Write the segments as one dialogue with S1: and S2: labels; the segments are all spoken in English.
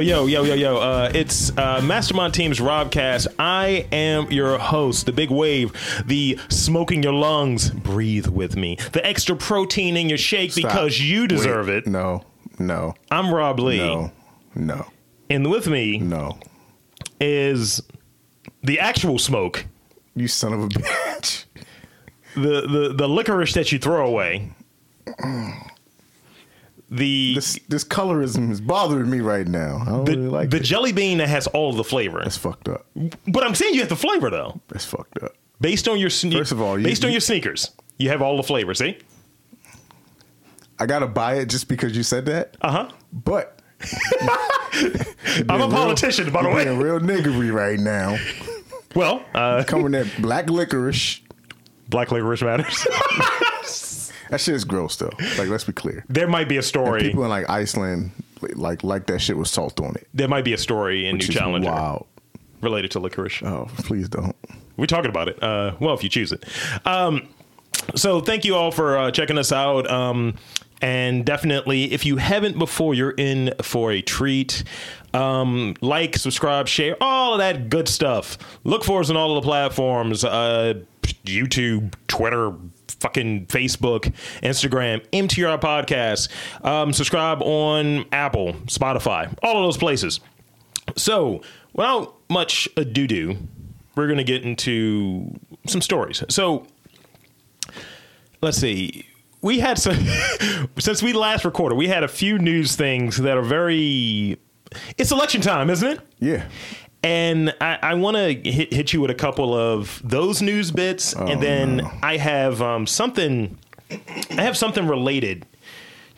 S1: yo, yo, yo, yo. Uh, it's uh, Mastermind Team's Robcast. I am your host, the big wave, the smoke in your lungs, breathe with me, the extra protein in your shake
S2: Stop.
S1: because you deserve
S2: Wait,
S1: it.
S2: No, no,
S1: I'm Rob Lee.
S2: no, no,
S1: And with me
S2: no.
S1: is the actual smoke,
S2: You son of a bitch.
S1: the, the, the licorice that you throw away. The,
S2: This this colorism is bothering me right now. I don't
S1: the,
S2: really like
S1: the
S2: it.
S1: jelly bean that has all the flavor.
S2: That's fucked up.
S1: But I'm saying you have the flavor, though.
S2: That's fucked up.
S1: Based on your sne-
S2: First of all, you-
S1: based on
S2: you-
S1: your sneakers, you have all the flavors, see?
S2: I gotta buy it just because you said that.
S1: Uh huh.
S2: But
S1: I'm a
S2: real-
S1: politician, by the
S2: you're being
S1: way.
S2: real niggery right now.
S1: Well, uh,
S2: Coming that black licorice.
S1: Black Licorice Matters.
S2: That shit is gross though. Like let's be clear.
S1: there might be a story.
S2: People in like Iceland like like that shit with salt on it.
S1: There might be a story in New
S2: Which is
S1: Challenger
S2: Wild.
S1: related to licorice.
S2: Oh, please don't.
S1: We're talking about it. Uh, well, if you choose it. Um, so thank you all for uh, checking us out. Um, and definitely, if you haven't before, you're in for a treat. Um, like, subscribe, share, all of that good stuff. Look for us on all of the platforms uh, YouTube, Twitter, fucking Facebook, Instagram, MTR Podcast. Um, subscribe on Apple, Spotify, all of those places. So, without much ado, do we're going to get into some stories. So, let's see. We had some since we last recorded. We had a few news things that are very. It's election time, isn't it?
S2: Yeah.
S1: And I, I want to hit, hit you with a couple of those news bits,
S2: Oh,
S1: and then I have um, something. I have something related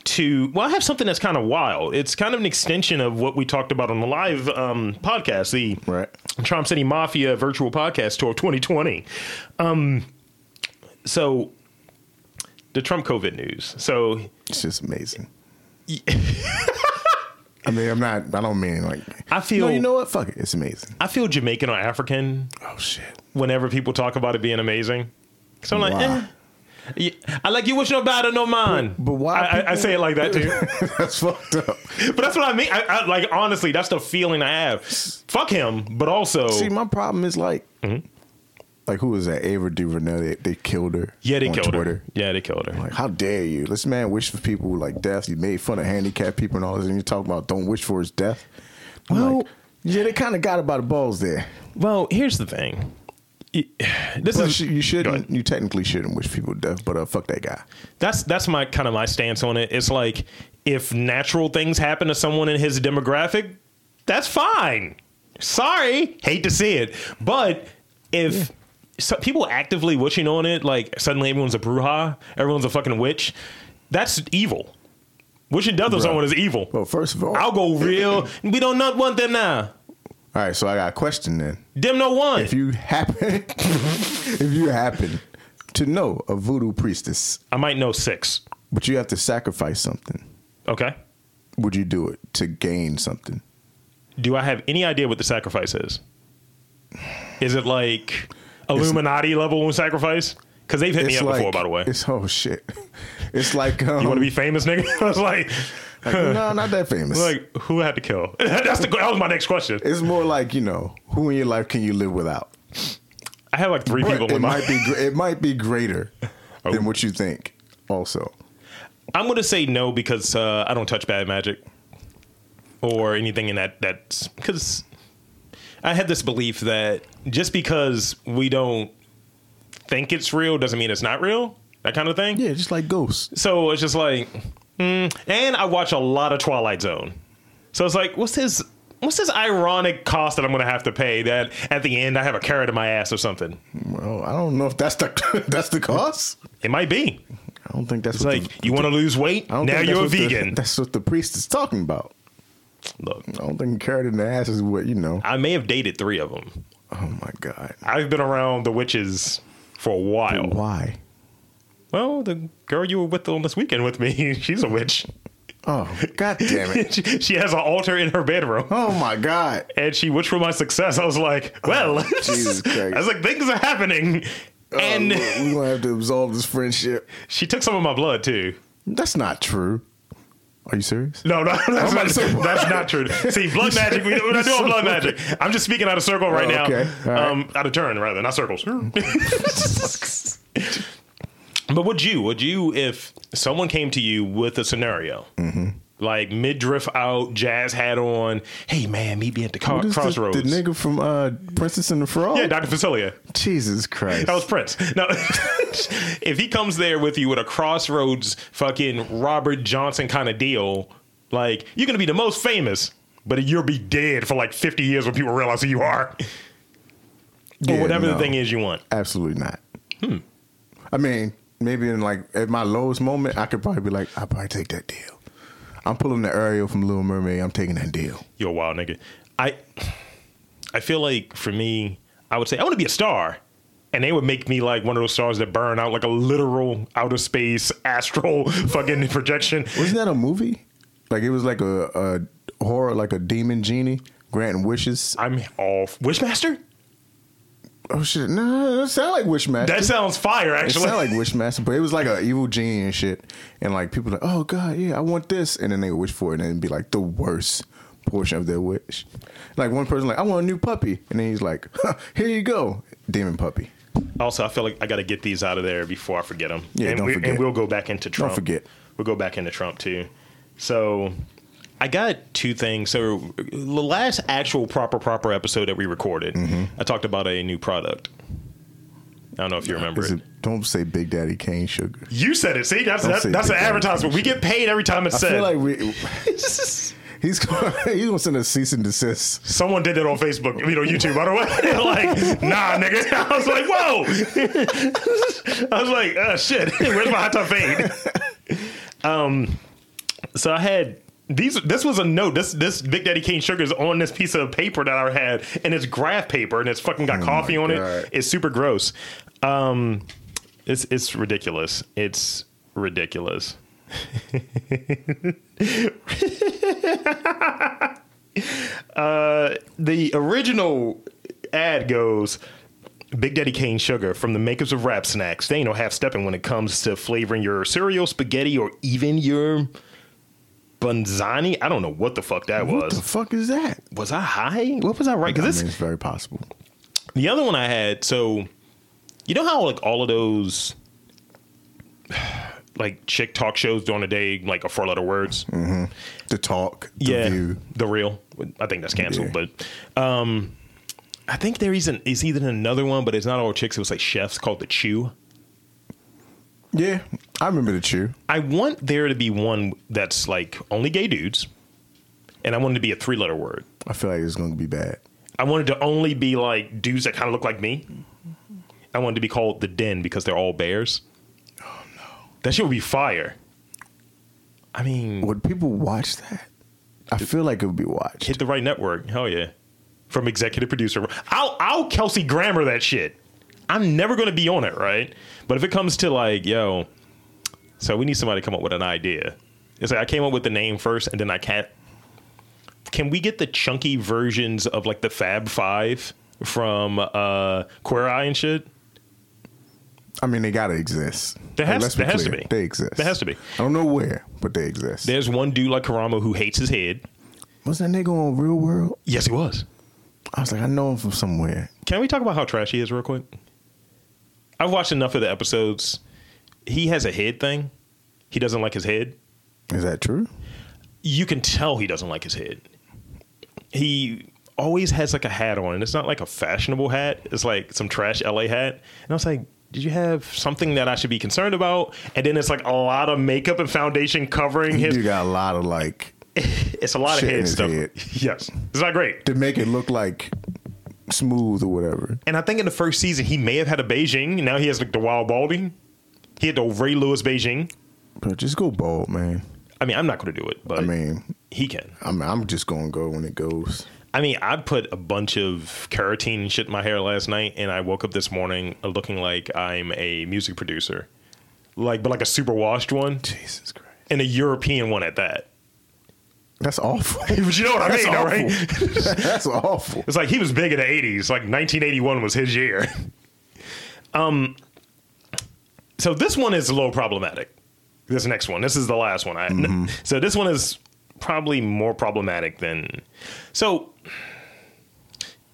S1: to. Well, I have something that's kind of wild. It's kind of an extension of what we talked about on the live um, podcast, the
S2: Right.
S1: Trump City Mafia Virtual Podcast Tour 2020. Um, so the Trump COVID news. So
S2: It's just amazing. I mean, I'm not. I don't mean like.
S1: I feel-
S2: No, you know what? Fuck it. It's amazing.
S1: I feel Jamaican or African
S2: Oh shit.
S1: whenever people talk about it being amazing. So I'm like,
S2: Why?
S1: eh. Yeah, I like you wish no battle, no mind.
S2: But- but why
S1: I, I, I
S2: people-
S1: say it like that too.
S2: That's fucked up.
S1: but that's what I mean. I, I, like honestly, that's the feeling I have. Fuck him, but also
S2: See, my problem is like,
S1: Mm-hmm.
S2: like who was that? Ava DuVernay. They, they killed her.
S1: yeah, they
S2: on
S1: killed
S2: Twitter.
S1: her. Yeah, they killed her.
S2: Like, how dare you? This man wished for people like death. You made fun of handicapped people and all this, and you talk about don't wish for his death. I'm
S1: Well-
S2: like, yeah, they kind of got it by the balls there.
S1: Well, here's the thing. Y- This
S2: But
S1: is
S2: sh- you
S1: Go ahead.
S2: shouldn't. You technically shouldn't wish people death, but uh, fuck that guy.
S1: that's that's my kind of my stance on it. It's like if natural things happen to someone in his demographic, that's fine. Sorry, hate to see it, but if so, people actively wishing on it, like suddenly everyone's a bruja, everyone's a fucking witch, that's evil. Wishing death on
S2: Bruh.
S1: someone is evil.
S2: Well, first of all,
S1: I'll go real. we don't not want them now.
S2: All right, so I got a question then.
S1: Them no one.
S2: If you happen, if you happen to know a voodoo priestess,
S1: I might know six.
S2: but you have to sacrifice something,
S1: Okay.
S2: would you do it to gain something?
S1: Do I have any idea what the sacrifice is? Is it like Illuminati level sacrifice? Because they've hit me up before, by the way.
S2: It's oh shit. It's like um,
S1: You want to be famous, nigga? I was like,
S2: like, no, not that famous.
S1: like who I had to kill? That's the, that was my next question.
S2: it's more like you know who in your life can you live without?
S1: I have like three
S2: But
S1: people
S2: it
S1: in my.
S2: might be gr- it might be greater
S1: Oh.
S2: than what you think. Also,
S1: I'm gonna say no because uh, I don't touch bad magic or anything in that. That's because I had this belief that just because we don't think it's real doesn't mean it's not real. That kind of thing.
S2: yeah, just like ghosts.
S1: So it's just like, mm. and I watch a lot of Twilight Zone. So it's like, what's his what's this ironic cost that I'm going to have to pay that at the end I have a carrot in my ass or something?
S2: Well, I don't know if that's the that's the cost.
S1: It might be.
S2: I don't think that's
S1: It's
S2: what
S1: like,
S2: the-
S1: you want to lose weight?
S2: I don't
S1: Now
S2: think
S1: you're a
S2: that's what the-
S1: vegan.
S2: that's what the priest is talking about.
S1: Look,
S2: I don't think carrot in the ass is what you know.
S1: I may have dated three of them.
S2: Oh my god,
S1: I've been around the witches for a while.
S2: why?
S1: Well, the girl you were with on this weekend with me, she's a witch.
S2: Oh god damn it!
S1: she, she has an altar in her bedroom.
S2: Oh my god!
S1: and she wished for my success. I was like, well,
S2: Oh, Jesus Christ.
S1: I was like, things are happening. And
S2: Oh, look, we gonna have to absolve this friendship.
S1: she took some of my blood too.
S2: That's not true. Are you serious?
S1: No, no, that's,
S2: about
S1: not,
S2: to say-
S1: that's not true. See, blood magic, we, we're not doing blood magic. I'm just speaking out of circle right
S2: Oh,
S1: now.
S2: okay. All right.
S1: Um, out of turn, rather, not circles. but would you, would you, if someone came to you with a scenario,
S2: Mm-hmm.
S1: like mid drift out, jazz hat on, hey man, meet me at the car,
S2: What is the-
S1: Uh, crossroads.
S2: The, nigga from uh, Princess and the Frog.
S1: yeah, Dr. Facilia.
S2: Jesus Christ.
S1: That was Prince. Now, if he comes there with you with a crossroads fucking Robert Johnson kind of deal, like you're gonna be the most famous, but you'll be dead for like 50 years when people realize who you are,
S2: Yeah,
S1: or whatever
S2: no.
S1: the thing is Hmm. you want.
S2: Absolutely not. I mean, maybe in like at my lowest moment, I could probably be like, I'll probably take that deal. I'm pulling the Ariel from Little Mermaid. I'm taking that deal.
S1: You're a wild nigga. I, I feel like for me, I would say I want to be a star. And they would make me like one of those stars that burn out, like a literal outer space astral fucking projection.
S2: Wasn't that a movie? Like it was like a, a horror, like a demon genie granting wishes.
S1: I'm all Wishmaster.
S2: Oh shit! No, that sound like Wishmaster.
S1: That sounds fire,
S2: it
S1: actually.
S2: sound like Wishmaster, but it was like an evil genie and shit. And like people like, oh god, yeah, I want this, and then they would wish for it, and it'd be like the worst portion of their wish. Like one person like, I want a new puppy, and then he's like, here you go, demon puppy.
S1: Also, I feel like I got to get these out of there before I forget them.
S2: Yeah,
S1: and
S2: don't
S1: we,
S2: forget.
S1: And we'll go back into Trump.
S2: forget.
S1: We'll go back into Trump too. So, I got two things. So, the last actual proper proper episode that we recorded,
S2: Mm-hmm.
S1: I talked about a new product. I don't know if you remember
S2: Is
S1: it.
S2: it, don't say Big Daddy Cane Sugar.
S1: You said it. See, that's
S2: Don't
S1: that's,
S2: say
S1: that's an
S2: Big Daddy
S1: advertisement. We get paid every time it's
S2: I
S1: said.
S2: feel like we, he's gonna, he's gonna send a cease and desist.
S1: Someone did that on Facebook, you know, YouTube. By the way, like, nah, nigga. I was like, whoa. I was like, uh, shit. Where's my hot tub fade? Um, so I had these. This was a note. This this Big Daddy Cane Sugar is on this piece of paper that I had, and it's graph paper, and it's fucking got coffee on
S2: God.
S1: it. It's super gross. Um, it's it's ridiculous. It's ridiculous. Uh, the original ad goes Big Daddy Cane Sugar from the makers of Rap Snacks. They ain't no half stepping when it comes to flavoring your cereal, spaghetti, or even your bunzani. I don't know what the fuck that
S2: What
S1: was.
S2: the fuck is that?
S1: was I high? What was I right?
S2: I
S1: Because
S2: mean,
S1: this
S2: it's very possible.
S1: the other one I had. So you know how like all of those like chick talk shows during the day like a four letter words.
S2: The talk, Mm, the view.
S1: The real. I think that's canceled,
S2: Yeah.
S1: but um, I think there is an is either another one, but it's not all chicks. It was like chefs called the Chew.
S2: Yeah, I remember the chew.
S1: I want there to be one that's like only gay dudes, and I want it to be a three letter word.
S2: I feel like it's gonna be bad.
S1: I wanted to only be like dudes that kind of look like me. I wanted to be called the Den because they're all bears. Oh no, that shit would be fire. I mean,
S2: Would people watch that? I feel like it would be watched.
S1: hit the right network. Hell yeah. From executive producer. I'll I'll Kelsey Grammer that shit. I'm never gonna be on it, right? But if it comes to like, yo, so we need somebody to come up with an idea. It's like I came up with the name first and then I can't can we get the chunky versions of like the Fab Five from uh Queer Eye and shit?
S2: I mean, they gotta exist.
S1: There has-
S2: Let's be
S1: there has to
S2: clear.
S1: be.
S2: They exist.
S1: There has to be.
S2: I don't know where, but they exist.
S1: There's one dude like Karamo who hates his head.
S2: was that nigga on Real World?
S1: Yes, he was.
S2: I was like, I know him from somewhere.
S1: Can we talk about how trash he is real quick? I've watched enough of the episodes. He has a head thing. He doesn't like his head.
S2: Is that true?
S1: You can tell he doesn't like his head. He always has like a hat on, and it's not like a fashionable hat. It's like some trash LA hat. And I was like, did you have something that I should be concerned about? And then it's like a lot of makeup and foundation covering
S2: You
S1: his.
S2: do got a lot of like
S1: It's a lot
S2: Shit
S1: of
S2: in
S1: head
S2: his
S1: stuff.
S2: head.
S1: Yes, it's not great.
S2: to make it look like smooth or whatever.
S1: And I think in the first season he may have had a Beijing. Now he has like the wild balding. He had the Ray Lewis Beijing.
S2: But just go bald, man.
S1: I mean, I'm not going to do it, but
S2: I mean,
S1: he can.
S2: I'm I'm just gonna go when it goes.
S1: I mean, I put a bunch of carotene and shit in my hair last night, and I woke up this morning looking like I'm a music producer, like but like a super washed one
S2: Jesus Christ,
S1: and a European one at that.
S2: that's awful.
S1: But you know what I
S2: That's
S1: mean, all right?
S2: awful. that's awful.
S1: It's like he was big in the '80s. Like 1981 was his year. um, so this one is a little problematic. this next one. This is the last one. I,
S2: Mm-hmm.
S1: So this one is probably more problematic than. So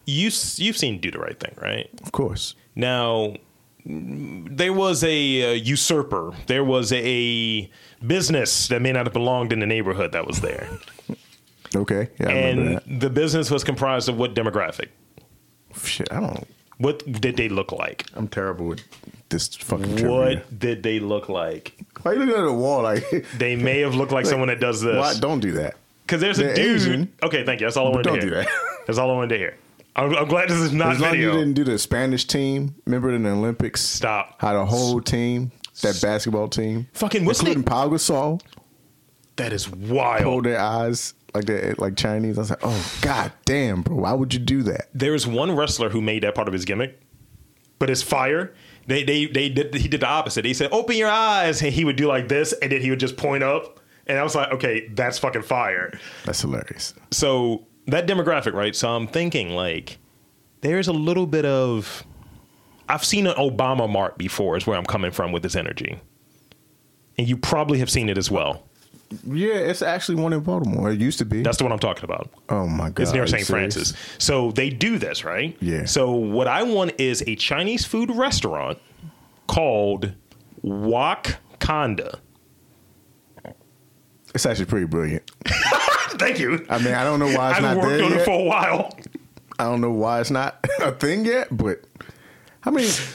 S1: you s- you've seen Do the Right Thing, right?
S2: Of course.
S1: Now, mm, there was a uh, usurper. There was a business that may not have belonged in the neighborhood that was there,
S2: Okay. Yeah, I remember
S1: and
S2: that.
S1: the business was comprised of what demographic?
S2: Shit, I don't.
S1: What did they look like?
S2: I'm terrible with this fucking trivia.
S1: What did they look like?
S2: Why you looking at the wall like?
S1: They may have looked like, someone that does
S2: Why,
S1: this.
S2: don't do that.
S1: Because there's a
S2: They're
S1: dude.
S2: Asian.
S1: Okay, thank you. That's all I wanted
S2: don't
S1: to hear.
S2: do that.
S1: That's all I wanted to hear. I'm, I'm glad this is not
S2: As long as you
S1: video.
S2: didn't do the Spanish team, remember in the Olympics?
S1: Stop.
S2: Had a whole team, that basketball team,
S1: Fucking what's
S2: including
S1: that?
S2: Pau Gasol,
S1: That is wild.
S2: pulled their eyes like that, like Chinese. I was like, oh god damn, bro, why would you do that?
S1: There's one wrestler who made that part of his gimmick, but it's fire. They they they did he did the opposite. He said, "Open your eyes," and he would do like this, and then he would just point up. And I was like, "Okay, that's fucking fire."
S2: That's hilarious.
S1: so that demographic, right? So I'm thinking like there's a little bit of I've seen an Obama mark before is where I'm coming from with this energy. And you probably have seen it as well.
S2: Yeah, it's actually one in Baltimore. It used to be.
S1: That's the one I'm talking about.
S2: oh my god,
S1: It's
S2: are
S1: near
S2: you
S1: St.
S2: serious?
S1: Francis. So they do this, right?
S2: Yeah.
S1: So what I want is a Chinese food restaurant called Wok Conda.
S2: It's actually pretty brilliant.
S1: Thank you.
S2: I mean, I don't know why it's
S1: I've
S2: not
S1: worked
S2: there
S1: on
S2: yet.
S1: it for a while.
S2: I don't know why it's not a thing yet, but I mean, as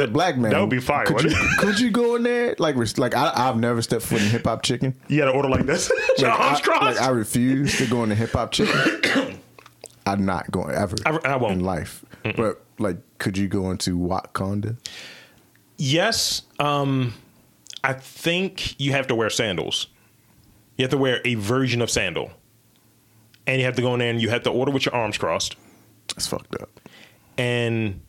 S2: a black man,
S1: that would be fire,
S2: Could you,
S1: wouldn't it?
S2: could you go in there like res- like I, I've never stepped foot in hip hop chicken.
S1: You got to order like this. Your
S2: Like,
S1: arms
S2: I,
S1: crossed.
S2: like, I refuse to go into hip hop chicken. I'm not going ever.
S1: I- I won't.
S2: in life. But like, could you go into Wakanda?
S1: Yes. Um, I think you have to wear sandals. You have to wear a version of sandal. And you have to go in there and you have to order with your arms crossed.
S2: That's fucked up.
S1: And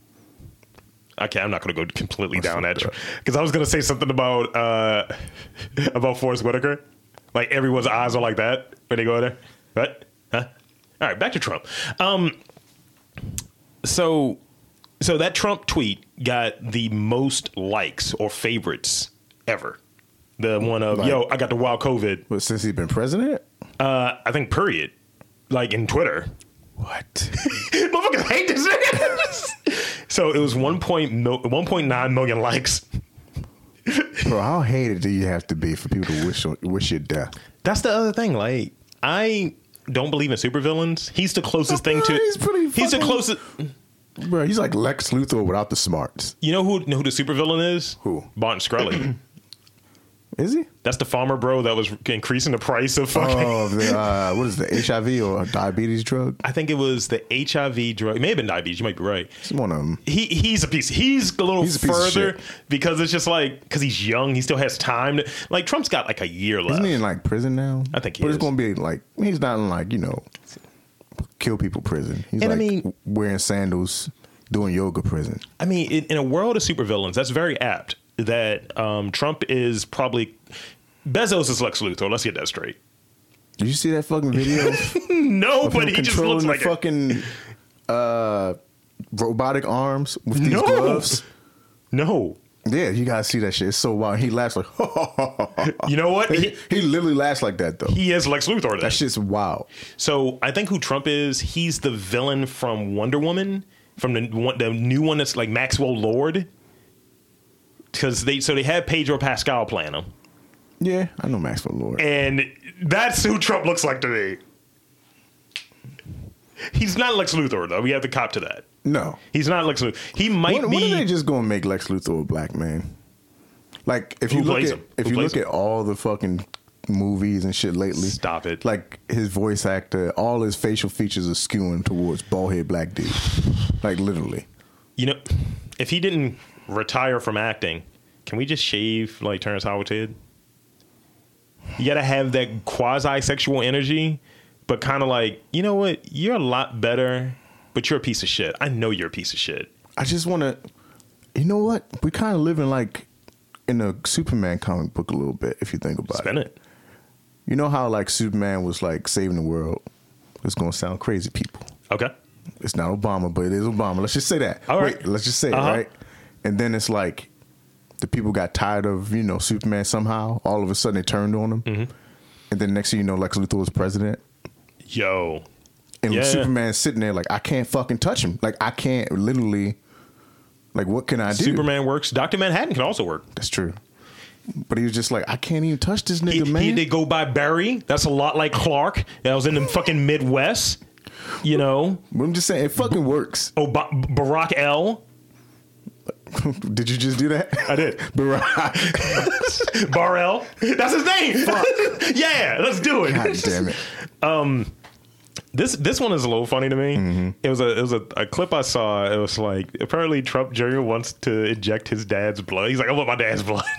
S1: okay, I'm not going to go completely down that because I was going to say something about uh, about Forrest Whitaker. Like everyone's eyes are like that when they go in there. But huh? All right, back to Trump. Um, so so that Trump tweet got the most likes or favorites ever. The one of
S2: Like-
S1: yo, I got the wild COVID.
S2: But since he's been president,
S1: Uh, I think period. Like in Twitter,
S2: what?
S1: Motherfuckers hate this nigga. so it was 1.9 mil- 1.9 million likes.
S2: Bro, how hated do you have to be for people to wish on, wish your death?
S1: That's the other thing. Like, I don't believe in supervillains. He's the closest thing to.
S2: He's pretty
S1: He's the
S2: fucking-
S1: closest.
S2: Bro, he's like Lex Luthor without the smarts.
S1: You know who know who the supervillain is?
S2: Who?
S1: Bond Scully.
S2: Is he?
S1: That's the farmer bro that was increasing the price of fucking.
S2: Oh, the, uh, what is the HIV or diabetes drug?
S1: I think it was the HIV drug. It may have been diabetes. You might be right.
S2: It's one of them.
S1: he he's a piece. He's a little
S2: He's a piece of
S1: further because it's just like because he's young, he still has time. To, like Trump's got like a year left.
S2: Isn't he in like prison now?
S1: I think he
S2: but
S1: is.
S2: it's gonna be like he's not in like you know, kill people prison. He's
S1: And I
S2: like
S1: mean-
S2: wearing sandals, doing yoga prison.
S1: I mean, in, in a world of supervillains, that's very apt. That um, Trump is probably Bezos is Lex Luthor. Let's get that straight.
S2: Did you see that fucking video? of
S1: No,
S2: him
S1: but he just looks
S2: the
S1: like a,
S2: fucking uh, robotic arms with these
S1: No.
S2: gloves.
S1: no.
S2: Yeah, you gotta see that shit. It's so wild. He laughs like
S1: You know what?
S2: he,
S1: He,
S2: he literally laughs like that though.
S1: he is Lex Luthor. Then.
S2: that shit's wild.
S1: So I think who Trump is, he's the villain from Wonder Woman, from the one, the new one that's like Maxwell Lord. Because they so they had Pedro Pascal playing him.
S2: Yeah, I know Maxwell Lord.
S1: and that's who Trump looks like to me. He's not Lex Luthor though. We have to cop to that.
S2: No,
S1: He's not Lex Luthor. He might
S2: When, when
S1: be.
S2: are they just gonna make Lex Luthor a black man? Like if
S1: Who
S2: you look
S1: plays
S2: at
S1: him?
S2: if
S1: Who
S2: you
S1: plays
S2: look
S1: him?
S2: at all the fucking movies and shit lately,
S1: Stop it.
S2: Like his voice actor, all his facial features are skewing towards bald head black dude. Like literally,
S1: you know, if he didn't retire from acting, can we just shave like Terrence Howard did? You gotta have that quasi sexual energy, but kind of like you know what? You're a lot better, but you're a piece of shit. I know you're a piece of shit.
S2: I just want to. You know what? We kind of living like in a Superman comic book a little bit. If you think about
S1: Spin it.
S2: you know how like Superman was like saving the world. It's gonna sound crazy, people.
S1: Okay.
S2: It's not Obama, but it is Obama. Let's just say that.
S1: All
S2: Wait,
S1: right.
S2: let's just say
S1: Uh-huh.
S2: it, right? And then it's like the people got tired of you know Superman somehow. All of a sudden, they turned on him,
S1: Mm-hmm.
S2: and then next thing you know, Lex Luthor was president,
S1: Yo.
S2: and
S1: Yeah.
S2: Superman's sitting there like, I can't fucking touch him. Like I can't literally. Like what can I do?
S1: Superman works. Dr. Manhattan can also work.
S2: That's true. But he was just like, I can't even touch this
S1: He,
S2: nigga,
S1: he
S2: man.
S1: did go by Barry. That's a lot like Clark. That was in the fucking Midwest. You know,
S2: But I'm just saying, it fucking works.
S1: Ob- Barack L.
S2: did you just do that?
S1: I did.
S2: Barack.
S1: Barrel. That's his name. yeah, let's do it.
S2: God damn it.
S1: This this one is a little funny to me.
S2: Mm-hmm.
S1: It was a it was a, a clip I saw. It was like apparently Trump Jr. wants to inject his dad's blood. He's like, I want my dad's blood.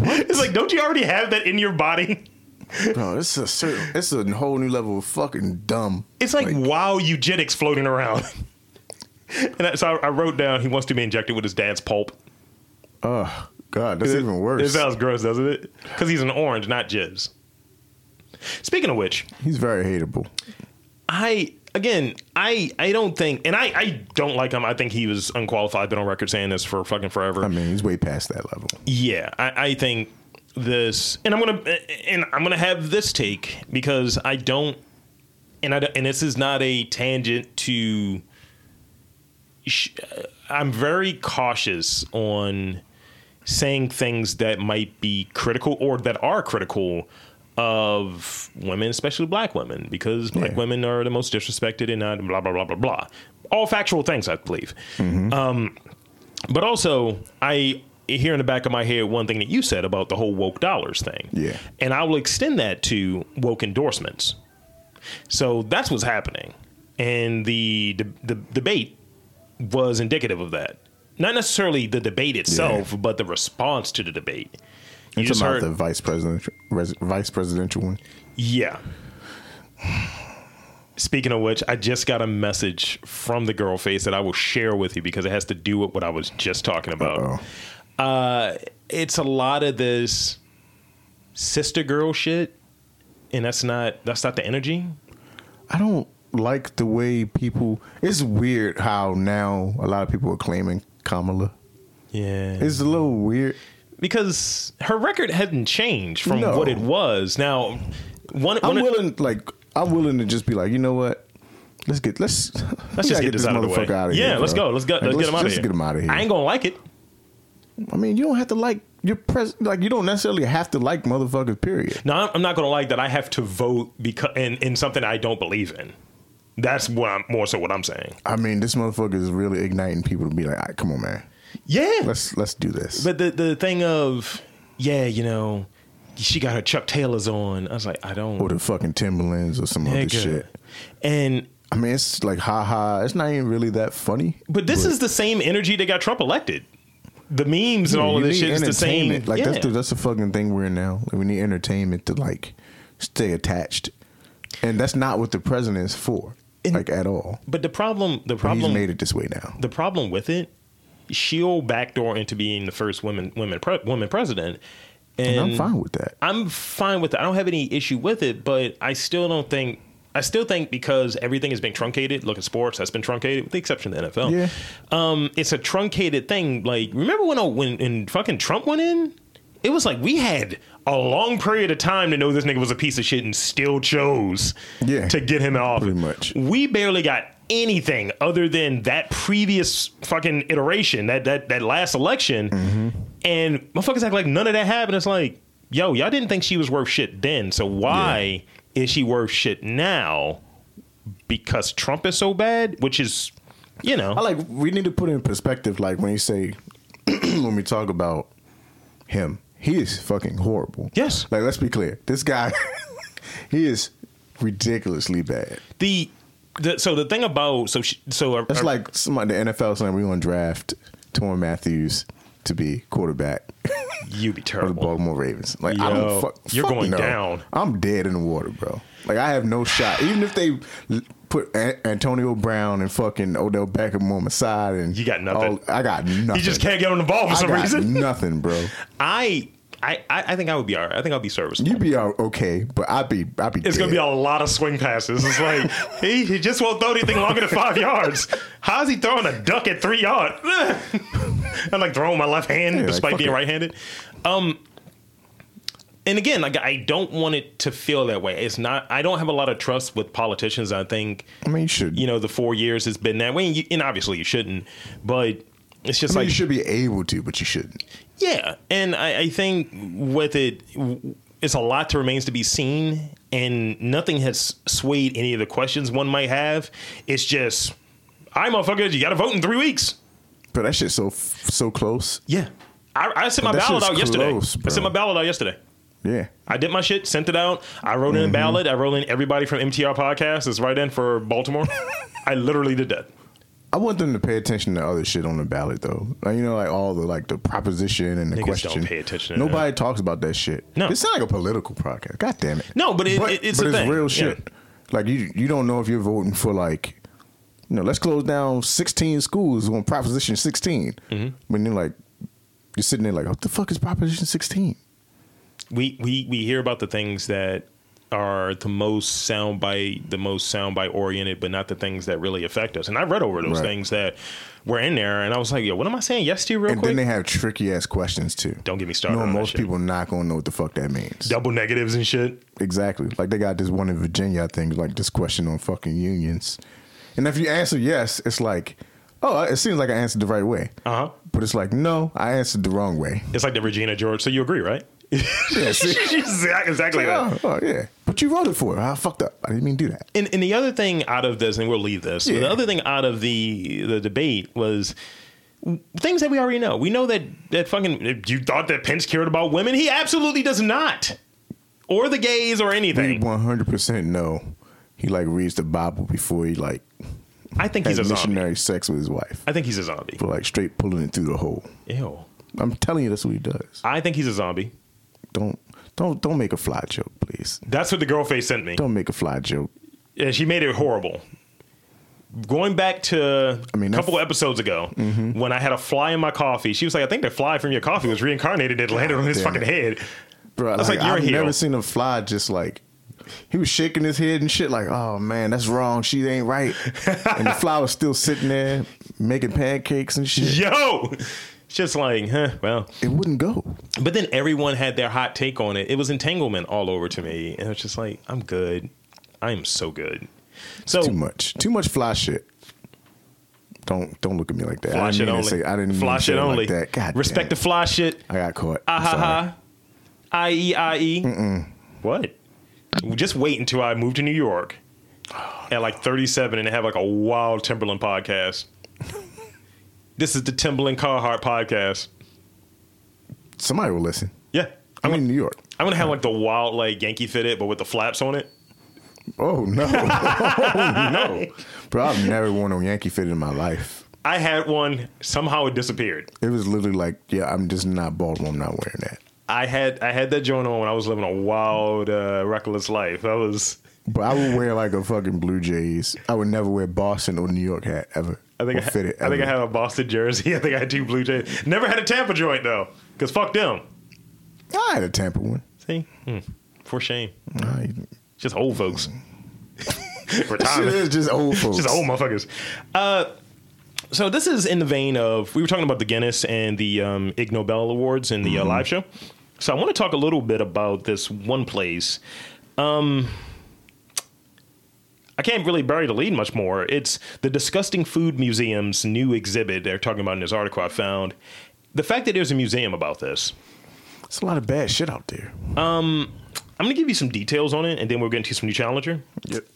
S1: It's like, don't you already have that in your body?
S2: Bro, this is a certain, it's a whole new level of fucking dumb.
S1: It's like, wow eugenics floating around. and I, so I, I wrote down he wants to be injected with his dad's pulp.
S2: Oh, God, that's even
S1: It
S2: worse.
S1: sounds gross, doesn't it? Because he's an orange, not jibs. Speaking of which,
S2: He's very hateable.
S1: I again, I I don't think, and I I don't like him. I think he was unqualified. Been on record saying this for fucking forever.
S2: I mean, he's way past that level.
S1: yeah, I, I think this, and I'm gonna and I'm gonna have this take because I don't, and I don't- and this is not a tangent to. sh- uh, I'm very cautious on saying things that might be critical or that are critical of women, especially black women, because black
S2: Yeah.
S1: women are the most disrespected and not blah blah blah blah blah. All factual things, I believe.
S2: Mm-hmm.
S1: Um, but also, I hear in the back of my head one thing that you said about the whole woke dollars thing.
S2: Yeah.
S1: and I will extend that to woke endorsements. So that's what's happening, and the the, the debate was indicative of that. Not necessarily the debate itself, but the response to the debate. You
S2: It's
S1: just
S2: about
S1: heard,
S2: the vice presidential, res, vice presidential one.
S1: yeah. Speaking of which, I just got a message from the girl face that I will share with you because it has to do with what I was just talking
S2: Oh.
S1: about. Uh, it's a lot of this sister girl shit, and that's not that's not the energy.
S2: I don't like the way people. It's weird how now a lot of people are claiming Kamala.
S1: Yeah,
S2: It's a little weird.
S1: because her record hadn't changed from
S2: No.
S1: what it was. Now, one,
S2: I'm
S1: one
S2: willing, like, I'm willing to just be like, you know what? Let's get let's
S1: Let's
S2: we
S1: just
S2: gotta
S1: get, this, out of the way.
S2: motherfucker out of
S1: yeah,
S2: here.
S1: let's
S2: bro.
S1: go. Let's go.
S2: Like,
S1: let's, get him out of
S2: let's
S1: here.
S2: get him out of here.
S1: I ain't gonna like it.
S2: I mean, you don't have to like your pres. Like, you don't necessarily have to like motherfuckers. Period.
S1: No, I'm- I'm not gonna like that. I have to vote because in, in something I don't believe in. That's what I'm more so what I'm saying.
S2: I mean, this motherfucker is really igniting people to be like, all right, come on, man.
S1: Yeah,
S2: Let's let's do this.
S1: but the the thing of yeah, you know, she got her Chuck Taylors on. I was like, I don't.
S2: or the fucking Timberlands or some other
S1: nigga.
S2: shit.
S1: And
S2: I mean, it's like, ha ha. It's not even really that funny.
S1: but this is the same energy that got Trump elected. The memes and all of
S2: You
S1: this
S2: need
S1: shit is the same.
S2: entertainment. Like
S1: Yeah.
S2: that's the, that's the fucking thing we're in now. Like, we need entertainment to like stay attached, and that's not what the president is for,
S1: And-
S2: like at all.
S1: but the problem, the
S2: But he's
S1: problem
S2: made it this way now.
S1: the problem with it, she'll backdoor into being the first woman woman pre, woman president, and,
S2: And I'm fine with that.
S1: I'm fine with it. I don't have any issue with it, but I still don't think. I still think because everything has been truncated. Look at sports; that's been truncated, with the exception of the NFL.
S2: Yeah.
S1: Um, it's a truncated thing. Like, remember when uh, when when fucking Trump went in? It was like we had a long period of time to know this nigga was a piece of shit and still chose
S2: Yeah.
S1: to get him in office.
S2: Pretty much.
S1: We barely got anything other than that previous fucking iteration, that that that last election,
S2: Mm-hmm.
S1: and motherfuckers act like none of that happened. It's like, yo, y'all didn't think she was worth shit then, so why is she worth shit now? Because Trump is so bad, which is, you know,
S2: I like we need to put in perspective. Like when you say when we talk about him, he is fucking horrible.
S1: Yes.
S2: Like let's be clear, this guy, he is ridiculously bad.
S1: the, the so the thing about so she, so uh,
S2: That's like somebody the NFL saying we want to draft Torn Matthews to be quarterback.
S1: you be
S2: for the
S1: terrible.
S2: Baltimore Ravens. Like
S1: Yo,
S2: I don't fuck,
S1: you're
S2: fuck
S1: going
S2: no.
S1: down.
S2: I'm dead in the water, bro. Like I have no shot. Even if they l- put A- Antonio Brown and fucking Odell Beckham on my side, and
S1: You got nothing.
S2: I got nothing.
S1: He just can't get on the ball for
S2: I
S1: some
S2: got
S1: reason.
S2: nothing, bro.
S1: I, I I I think I would be all right. I think I'll be serviceable.
S2: You be all okay, but I be I be.
S1: It's
S2: dead.
S1: going to be a lot of swing passes. It's like he, he just won't throw anything longer than five yards. How's he throwing a duck at three yards? I'm like throwing my left hand
S2: Yeah, like,
S1: despite
S2: fuck
S1: being
S2: it.
S1: right handed. Um, and again, like I don't want it to feel that way. It's not. I don't have a lot of trust with politicians. I think
S2: I mean, you should.
S1: you know the four years has been that way, and, you, and obviously you shouldn't. But it's just
S2: I mean,
S1: like
S2: you should be able to, but you shouldn't.
S1: yeah, and I, I think with it, w- it's a lot that remains to be seen, and nothing has swayed any of the questions one might have. It's just, I motherfucker, you got to vote in three weeks.
S2: But that shit's so so close.
S1: Yeah, I, I sent my
S2: That
S1: ballot
S2: shit's
S1: out yesterday.
S2: close,
S1: I
S2: bro.
S1: sent my ballot out yesterday.
S2: Yeah.
S1: I did my shit, sent it out. I wrote
S2: Mm-hmm.
S1: in a ballot. I wrote in everybody from MTR podcast is right in for Baltimore. I literally did that.
S2: I want them to pay attention to other shit on the ballot, though. Like, you know, like all the like the proposition and the
S1: Niggas
S2: question.
S1: don't pay attention to
S2: Nobody talks about that shit.
S1: No.
S2: it's not like a political podcast. God damn it.
S1: No, but it- it- it's
S2: but
S1: a
S2: it's
S1: thing. Yeah.
S2: real shit. Like you, you don't know if you're voting for like, you know, let's close down 16 schools on Proposition 16.
S1: Mm-hmm.
S2: When you're like, you're sitting there like, what the fuck is Proposition 16?
S1: we we we hear about the things that are the most soundbite the most soundbite oriented but not the things that really affect us and i read over those
S2: Right.
S1: things that were in there and i was like yo what am i saying yes to real
S2: And
S1: quick
S2: then they have tricky ass questions too.
S1: don't get me
S2: You
S1: started
S2: know,
S1: on that
S2: most
S1: shit.
S2: people not gonna know what the fuck that means.
S1: double negatives and shit
S2: Exactly. Like they got this one in Virginia, I think, like this question on fucking unions. And if you answer yes, it's like, oh, it seems like I answered the right way.
S1: uh-huh
S2: But it's like, no, I answered the wrong way.
S1: it's like the regina george so you agree right
S2: Yeah, see?
S1: exactly, exactly that.
S2: oh, oh, yeah. But you voted for it. I fucked up. I didn't mean to do that.
S1: and, and the other thing out of this, and we'll leave this. but The
S2: Yeah.
S1: other thing out of the the debate was things that we already know. We know that that fucking you thought that Pence cared about women. He absolutely does not, or the gays, or anything.
S2: One hundred percent no. He like reads the Bible before he like
S1: I think he's
S2: has
S1: a zombie.
S2: missionary sex with his wife.
S1: I think he's a zombie.
S2: But like straight pulling it through the hole.
S1: Ew.
S2: I'm telling you that's what he does.
S1: I think he's a zombie.
S2: Don't don't don't make a fly joke, please.
S1: That's what the girl face sent me.
S2: Don't make a fly joke.
S1: Yeah, she made it horrible. Going back to
S2: I mean, Mm-hmm.
S1: a
S2: that-
S1: couple episodes ago, when I had a fly in my coffee, she was like, "I think the fly from your coffee was reincarnated and landed on his
S2: damn
S1: fucking
S2: it.
S1: head."
S2: Bro,
S1: That's
S2: like,
S1: like you're a
S2: I've
S1: heel.
S2: never seen a fly just like he was shaking his head and shit like, oh man, that's wrong. She ain't right. and the fly was still sitting there making pancakes and shit.
S1: Yo, it's just like, huh? Well,
S2: It wouldn't go.
S1: but then everyone had their hot take on it. It was entanglement all over to me, and it's just like, I'm good. I am so good. So
S2: Too much. Too much fly shit. Don't don't look at me like that.
S1: fly
S2: I didn't
S1: shit
S2: mean to
S1: only.
S2: Say, I didn't
S1: fly
S2: mean to say
S1: shit
S2: it
S1: only.
S2: Like that. God
S1: Respect the
S2: damn it.
S1: fly shit.
S2: I got caught.
S1: Ah
S2: I'm
S1: ha
S2: sorry.
S1: ha. I e I e. What? Just wait until I move to New York
S2: Oh,
S1: at like 37 and have like a wild Timberland podcast. this is the Timberland Carhartt podcast.
S2: Somebody will listen.
S1: Yeah.
S2: I'm in New York.
S1: I'm gonna have like the wild like Yankee fit it, but with the flaps on it.
S2: Oh no. oh no. Bro, I've never worn a Yankee fit in my life.
S1: I had one. Somehow it disappeared.
S2: It was literally like, yeah, I'm just not Baltimore. I'm not wearing that.
S1: I had I had that joint on when I was living a wild, uh, reckless life. I was.
S2: But I would wear like a fucking Blue Jays. I would never wear Boston or New York hat ever.
S1: I think I,
S2: Or fit it.
S1: I think I
S2: ever.
S1: have a Boston jersey. I think I had two Blue Jays. Never had a Tampa joint though, because fuck them.
S2: I had a Tampa one.
S1: See, Hmm. for shame.
S2: I,
S1: Just old folks.
S2: shit
S1: Retirement.
S2: is just old folks.
S1: Just old motherfuckers. Uh, so this is in the vein of we were talking about the Guinness and the um, Ig Nobel Awards and the uh, live show. So I want to talk a little bit about this one place. Um, I can't really bury the lead much more. It's the disgusting food museum's new exhibit they're talking about in this article I found. The fact that there's a museum about this.
S2: It's a lot of bad shit out there.
S1: I'm going to give you some details on it, and then we'll get into some new challenger.
S2: Yep.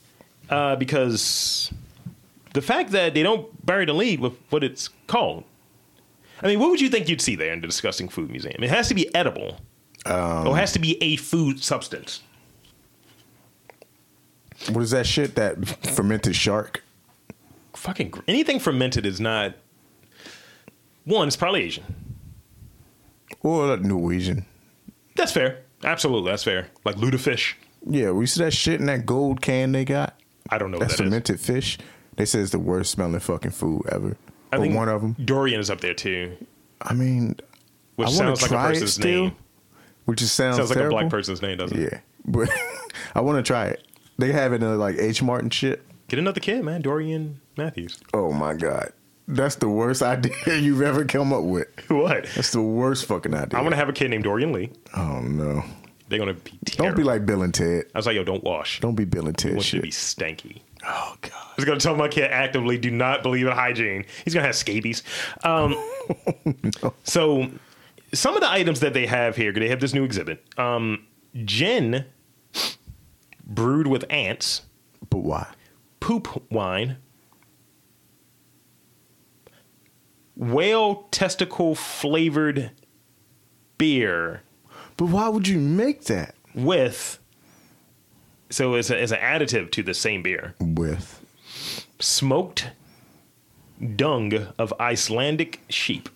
S1: uh, because the fact that they don't bury the lead with what it's called. I mean, what would you think you'd see there in the disgusting food museum? It has to be edible.
S2: Um,
S1: or it has to be a food substance.
S2: What is that shit? That fermented shark?
S1: Fucking gr- anything fermented is not. One, it's probably Asian.
S2: Or that Norwegian?
S1: That's fair. Absolutely, that's fair. Like lutefish.
S2: Yeah, we see that shit in that gold can they got.
S1: I don't know what
S2: That's
S1: that is.
S2: fermented fish. They say it's the worst smelling fucking food ever.
S1: I
S2: Or one of them.
S1: Dorian is up there too,
S2: I mean,
S1: which
S2: I want
S1: sounds
S2: to
S1: like a
S2: try it
S1: person's
S2: still.
S1: name.
S2: Which just sounds,
S1: Sounds like
S2: terrible.
S1: a black person's name, doesn't it?
S2: Yeah, but I want to try it. They have it in like H Mart and shit.
S1: Get another kid, man. Dorian Matthews.
S2: Oh my god, That's the worst idea you've ever come up with.
S1: What?
S2: That's the worst fucking idea.
S1: I'm gonna have a kid named Dorian Lee.
S2: oh no!
S1: They're gonna be
S2: Don't
S1: terrible.
S2: be like Bill and Ted.
S1: I was like, yo, don't wash.
S2: Don't be Bill and
S1: I
S2: Ted
S1: want you
S2: shit.
S1: to be stanky.
S2: oh god!
S1: I was going to tell my kid actively do not believe in hygiene. He's going to have scabies. Um,
S2: Oh,
S1: So, some of the items that they have here, they have this new exhibit um, gin brewed with ants,
S2: But why?
S1: poop wine, whale testicle flavored beer
S2: But why would you make that
S1: with. So, it's, a, it's an additive to the same beer.
S2: with?
S1: smoked dung of Icelandic sheep.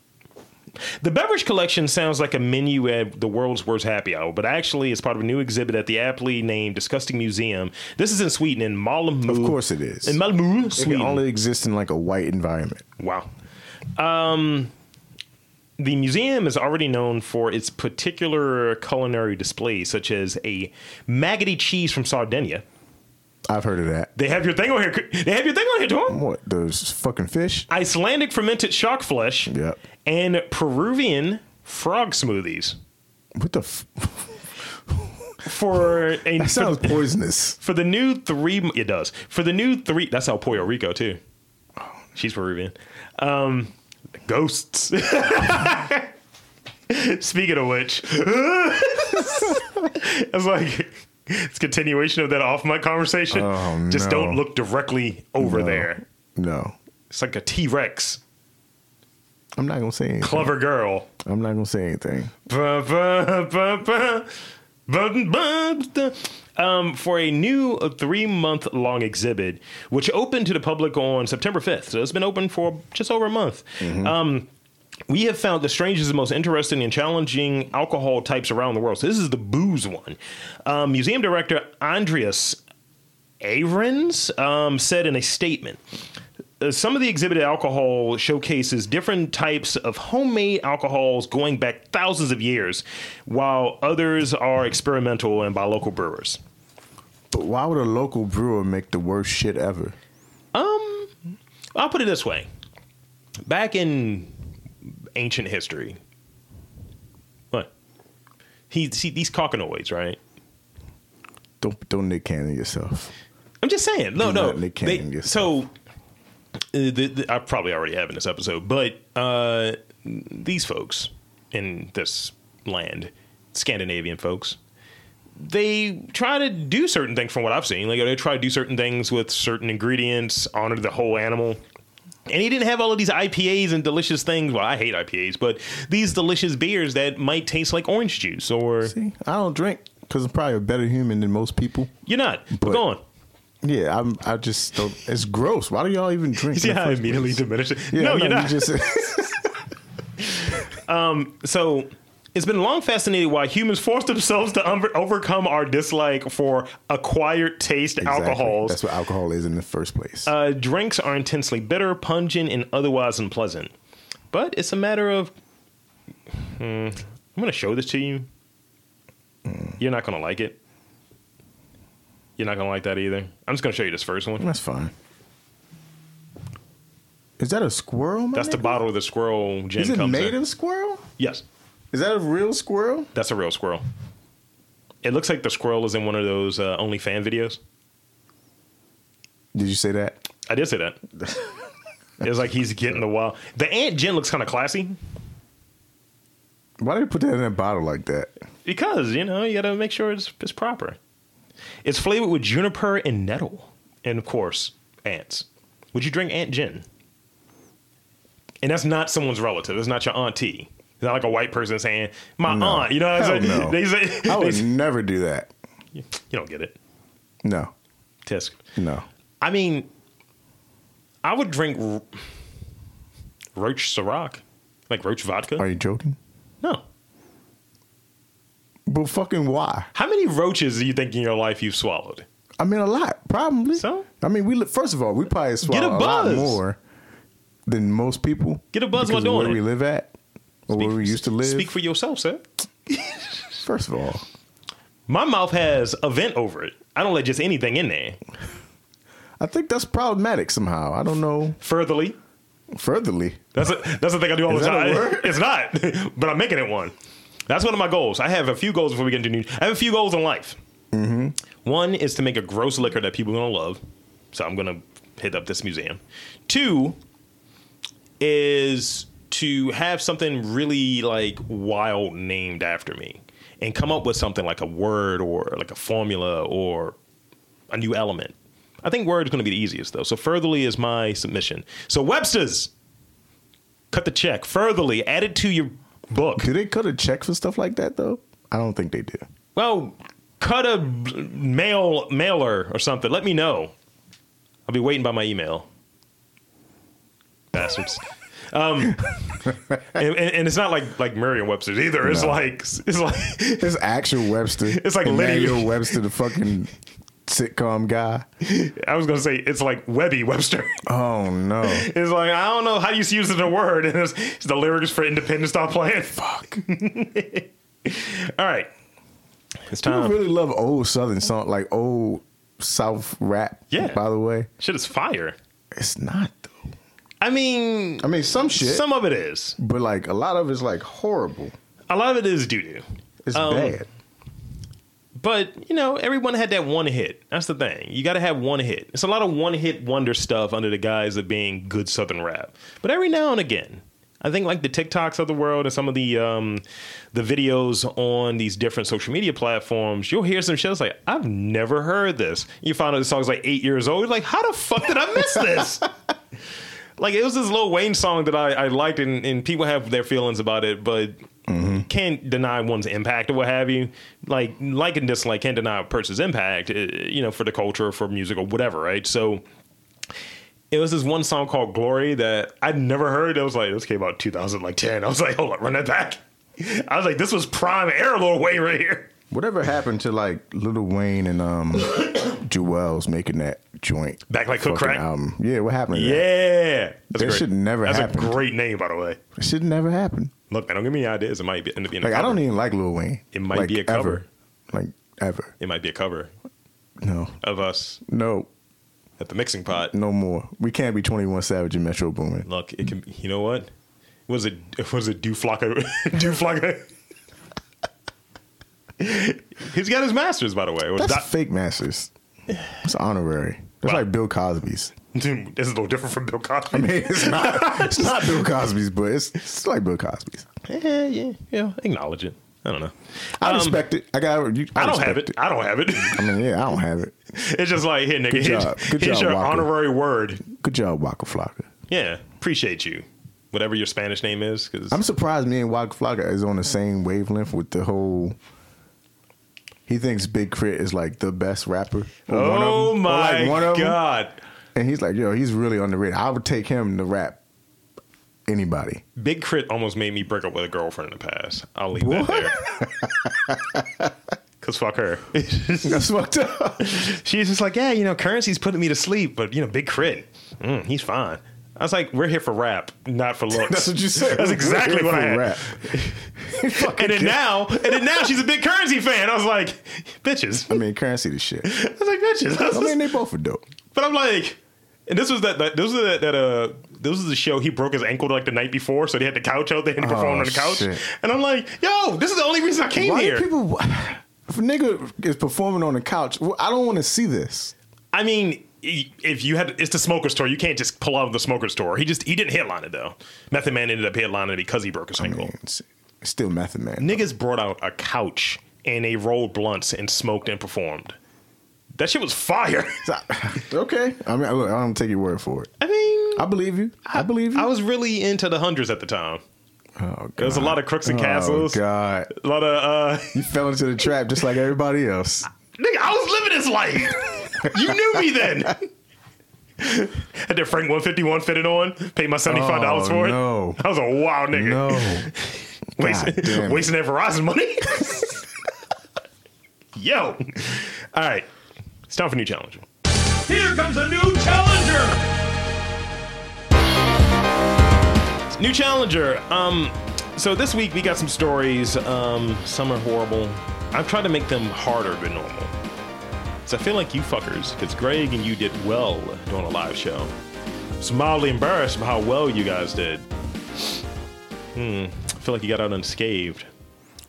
S1: The beverage collection sounds like a menu at the world's worst happy hour, but actually it's part of a new exhibit at the aptly named Disgusting Museum. This is in Sweden, in Malmö.
S2: Of course it is.
S1: In Malmö,
S2: It can
S1: Sweden.
S2: only exist in like a white environment.
S1: Wow. Um, the museum is already known for its particular culinary displays, such as a maggoty cheese from Sardinia.
S2: I've heard of that.
S1: They have your thing on here. They have your thing on here, Tom.
S2: What those fucking fish?
S1: Icelandic fermented shark flesh.
S2: Yep.
S1: and Peruvian frog smoothies
S2: What the? F-
S1: for a
S2: that sounds
S1: for,
S2: poisonous.
S1: for the new three. It does for the new three. That's how Puerto Rico too. She's Peruvian. Um, ghosts. Speaking of which, I was like. It's a continuation of that off mic conversation.
S2: Oh,
S1: Just
S2: no.
S1: don't look directly over
S2: No.
S1: there.
S2: No,
S1: It's like a T Rex,
S2: I'm not gonna say anything.
S1: clever girl.
S2: I'm not gonna say anything.
S1: um, for a new three month long exhibit, which opened to the public on September 5th. So it's been open for just over a month. Um, we have found the strangest and most interesting and challenging alcohol types around the world. So this is the booze one. Um, Museum director Andreas Ahrens um, said in a statement. Uh, some of the exhibited alcohol showcases different types of homemade alcohols going back thousands of years, while others are experimental and by local brewers.
S2: But why would a local brewer make the worst shit ever?
S1: I'll put it this way back in ancient history, what? He, see, these cockanoids, right?
S2: Don't don't Nick Cannon yourself.
S1: I'm just saying. No,
S2: Do
S1: no.
S2: not Nick
S1: They-
S2: Cannon yourself.
S1: so uh, the, the, I probably already have in this episode, but uh, these folks in this land, Scandinavian folks, they try to do certain things from what I've seen. Like they try to do certain things with certain ingredients, honor the whole animal. And he didn't have all of these IPAs and delicious things. Well, I hate IPAs, but these delicious beers that might taste like orange juice or
S2: See, I don't drink because I'm probably a better human than most people.
S1: you're not. But
S2: But-
S1: go on.
S2: Yeah, I'm. I just don't. It's gross. Why do y'all even drink?
S1: You see
S2: in the
S1: how I
S2: first
S1: immediately
S2: place?
S1: diminish it?
S2: Yeah,
S1: no, you're
S2: you
S1: not.
S2: just-
S1: So it's been long fascinated why humans force themselves to umber- overcome our dislike for acquired taste
S2: Exactly.
S1: alcohols.
S2: That's what alcohol is in the first place.
S1: uh, drinks are intensely bitter, pungent, and otherwise unpleasant. But it's a matter of. Hmm, I'm going to show this to you.
S2: Mm.
S1: You're not going to like it. You're not going to like that either. I'm just going to show you this first one.
S2: That's fine. Is that a squirrel? My
S1: That's the
S2: nigga?
S1: bottle of the squirrel gin
S2: Is it
S1: comes
S2: made
S1: in.
S2: of squirrel?
S1: Yes.
S2: Is that a real squirrel?
S1: That's a real squirrel. It looks like the squirrel is in one of those uh, OnlyFan videos.
S2: Did you say that?
S1: I did say that. it's like he's getting the wild. The Aunt Jen looks kind of classy
S2: Why did they put that in a bottle like that?
S1: because you know you got to make sure it's it's proper. It's flavored with juniper and nettle, and of course ants. Would you drink Aunt Jen? And that's not someone's relative. It's not your auntie. It's not like a white person saying my aunt. You know what I'm
S2: Hell
S1: saying?
S2: no.
S1: They say,
S2: I
S1: they
S2: would
S1: say-
S2: never do that.
S1: you don't get it.
S2: No,
S1: Tisk.
S2: no.
S1: I mean, I would drink Ro- Roach Ciroc, like Roach vodka.
S2: Are you joking?
S1: no.
S2: But fucking why?
S1: How many roaches do you think in your life you've swallowed?
S2: I mean, a lot, probably.
S1: So?
S2: I mean, we li- first of all, we probably swallow a, lot
S1: buzz.
S2: more than most people.
S1: Get a buzz
S2: because
S1: while
S2: of
S1: doing
S2: where
S1: it.
S2: we live at or where we used to live.
S1: Speak for yourself, sir.
S2: first of all,
S1: My mouth has a vent over it. I don't let just anything in there.
S2: I think that's problematic somehow. I don't know.
S1: Furtherly,
S2: Furtherly,
S1: That's a, that's the thing I do all
S2: Is
S1: the
S2: that
S1: time.
S2: a word?
S1: It's not, but I'm making it one. That's one of my goals. I have a few goals before we get into new. I have a few goals in life.
S2: Mm-hmm.
S1: One is to make a gross liquor that people are gonna love, so I'm gonna hit up this museum. Two is to have something really like wild named after me, and come up with something like a word or like a formula or a new element. I think word is going to be the easiest though. So furtherly is my submission. So Webster's cut the check. Furtherly, add it to your book.
S2: do they cut a check for stuff like that though? I don't think they do.
S1: Well, cut a mail mailer or something. Let me know. I'll be waiting by my email. Bastards. um, and, and, and it's not like like Merriam-Webster's either. It's
S2: No.
S1: like it's like
S2: It's actual Webster.
S1: It's like
S2: Emmanuel
S1: literally-
S2: Webster, the fucking sitcom guy.
S1: I was gonna say it's like Webby Webster.
S2: Oh no,
S1: It's like I don't know how you use it in a word, and it's, it's the lyrics for Independence. Stop playing. Fuck. All right, it's
S2: I
S1: time.
S2: really love old Southern song, like old South rap.
S1: Yeah.
S2: By the way,
S1: Shit is fire.
S2: it's not though.
S1: I mean,
S2: I mean, some shit,
S1: some of it is.
S2: but like a lot of it's like horrible.
S1: A lot of it is doo doo.
S2: It's
S1: Um,
S2: bad.
S1: But you know, everyone had that one hit. That's the thing. You got to have one hit. It's a lot of one hit wonder stuff under the guise of being good Southern rap. But every now and again, I think like the TikToks of the world and some of the um, the videos on these different social media platforms, you'll hear some shit that's like, I've never heard this. You find out the song's like eight years old. You're like, how the fuck did I miss this? like it was this Lil Wayne song that I, I liked, and, and people have their feelings about it, but
S2: Mm-hmm.
S1: can't deny one's impact or what have you. Like like and dislike can't deny a person's impact, uh, you know, for the culture, for music, or whatever, right? So. It was this one song called "Glory" that I'd never heard. I was like, "This came out 2010." I was like, "Hold on, run that back." I was like, "This was prime era Lil Wayne right here."
S2: Whatever happened to like Little Wayne and um Jewels making that joint
S1: Back like Cook
S2: fucking
S1: Crack?
S2: album? Yeah, what happened? To yeah, that?
S1: Yeah, that's
S2: That shit never
S1: That's
S2: happened.
S1: a great name, by the way.
S2: It should never happen.
S1: Look, man, don't give me any ideas. It might be, end up being a
S2: Like I
S1: cover.
S2: don't e- even like Lil Wayne.
S1: It might
S2: Like,
S1: be a cover.
S2: Ever. Like ever.
S1: It might be a cover
S2: No,
S1: of us
S2: no,
S1: at the mixing pot.
S2: no more. We can't be Twenty One Savage and Metro Boomin.
S1: Look, it can. You know what? Was it was it Duflocka? Duflocka. He's got his masters, by the way. Or
S2: That's
S1: doc-
S2: fake masters. It's honorary. It's
S1: Wow.
S2: like Bill Cosby's.
S1: Dude, this is a little different from Bill Cosby.
S2: I mean, it's not. it's not Bill Cosby's, but it's, it's like Bill Cosby's.
S1: yeah, yeah, yeah. Acknowledge it. I don't know.
S2: I
S1: Um,
S2: respect it. I got. You, I,
S1: I don't have it.
S2: respect
S1: I don't have it.
S2: I mean, yeah, I don't have it.
S1: it's just like here, nigga.
S2: Good
S1: here's
S2: job. Good
S1: here's
S2: job,
S1: your
S2: Walker.
S1: honorary word.
S2: Good job, Waka Flocka.
S1: Yeah, appreciate you. Whatever your Spanish name is, because
S2: I'm surprised me and Waka Flocka is on the same wavelength with the whole. He thinks Big Crit is like the best rapper. or one of 'em,
S1: oh
S2: or,
S1: my
S2: like, one of 'em.
S1: god,
S2: And he's like, yo, he's really underrated. I would take him to rap anybody.
S1: Big Crit almost made me break up with a girlfriend in the past. I'll leave that there. Cause fuck her.
S2: That's fucked up.
S1: She's just like, yeah, you know, currency's putting me to sleep, but you know, Big Crit, mm, he's fine. I was like, we're here for rap, not for looks.
S2: That's what you said.
S1: That's exactly what I had.
S2: Rap.
S1: And then now, and then now she's a big currency fan. I was like, bitches.
S2: I mean, currency the shit.
S1: I was like, bitches. I was
S2: I mean, they both are dope.
S1: But I'm like, and this was that, that this was that, that uh this was the show he broke his ankle like the night before, so they had the couch out there and he performed
S2: Oh,
S1: on the couch.
S2: shit.
S1: And I'm like, yo, this is the only reason I came
S2: Why do
S1: here.
S2: people? If a nigga is performing on the couch, well, I don't want to see this.
S1: I mean, i- if you had it's the smoker store, you can't just pull out of the smoker store. He just he didn't headline it though. Method Man ended up headlining it because he broke his ankle.
S2: It's still Method Man.
S1: Niggas brought out a couch and they rolled blunts and smoked and performed. That shit was fire.
S2: okay. I mean, look, I don't take your word for it.
S1: I mean,
S2: I believe you. I believe you.
S1: I was really into the hundreds at the time.
S2: oh,
S1: There was a lot of crooks and
S2: Oh,
S1: castles,
S2: God.
S1: a lot of uh,
S2: You fell into the trap just like everybody else.
S1: Nigga, I was living this life. you knew me then. Had that Frank 151 fitted on, paid my $75
S2: Oh,
S1: for it.
S2: no.
S1: I was a wild nigga.
S2: No.
S1: Wasting-
S2: God damn it.
S1: wasting that Verizon money. Yo. All right. It's time for new challenger.
S3: Here comes a new challenger!
S1: New challenger. Um, so this week we got some stories. Um, some are horrible. I've tried to make them harder than normal. So I feel like you fuckers, because Greg and you did well during a live show. was mildly embarrassed by how well you guys did. Hmm. I feel like you got out unscathed.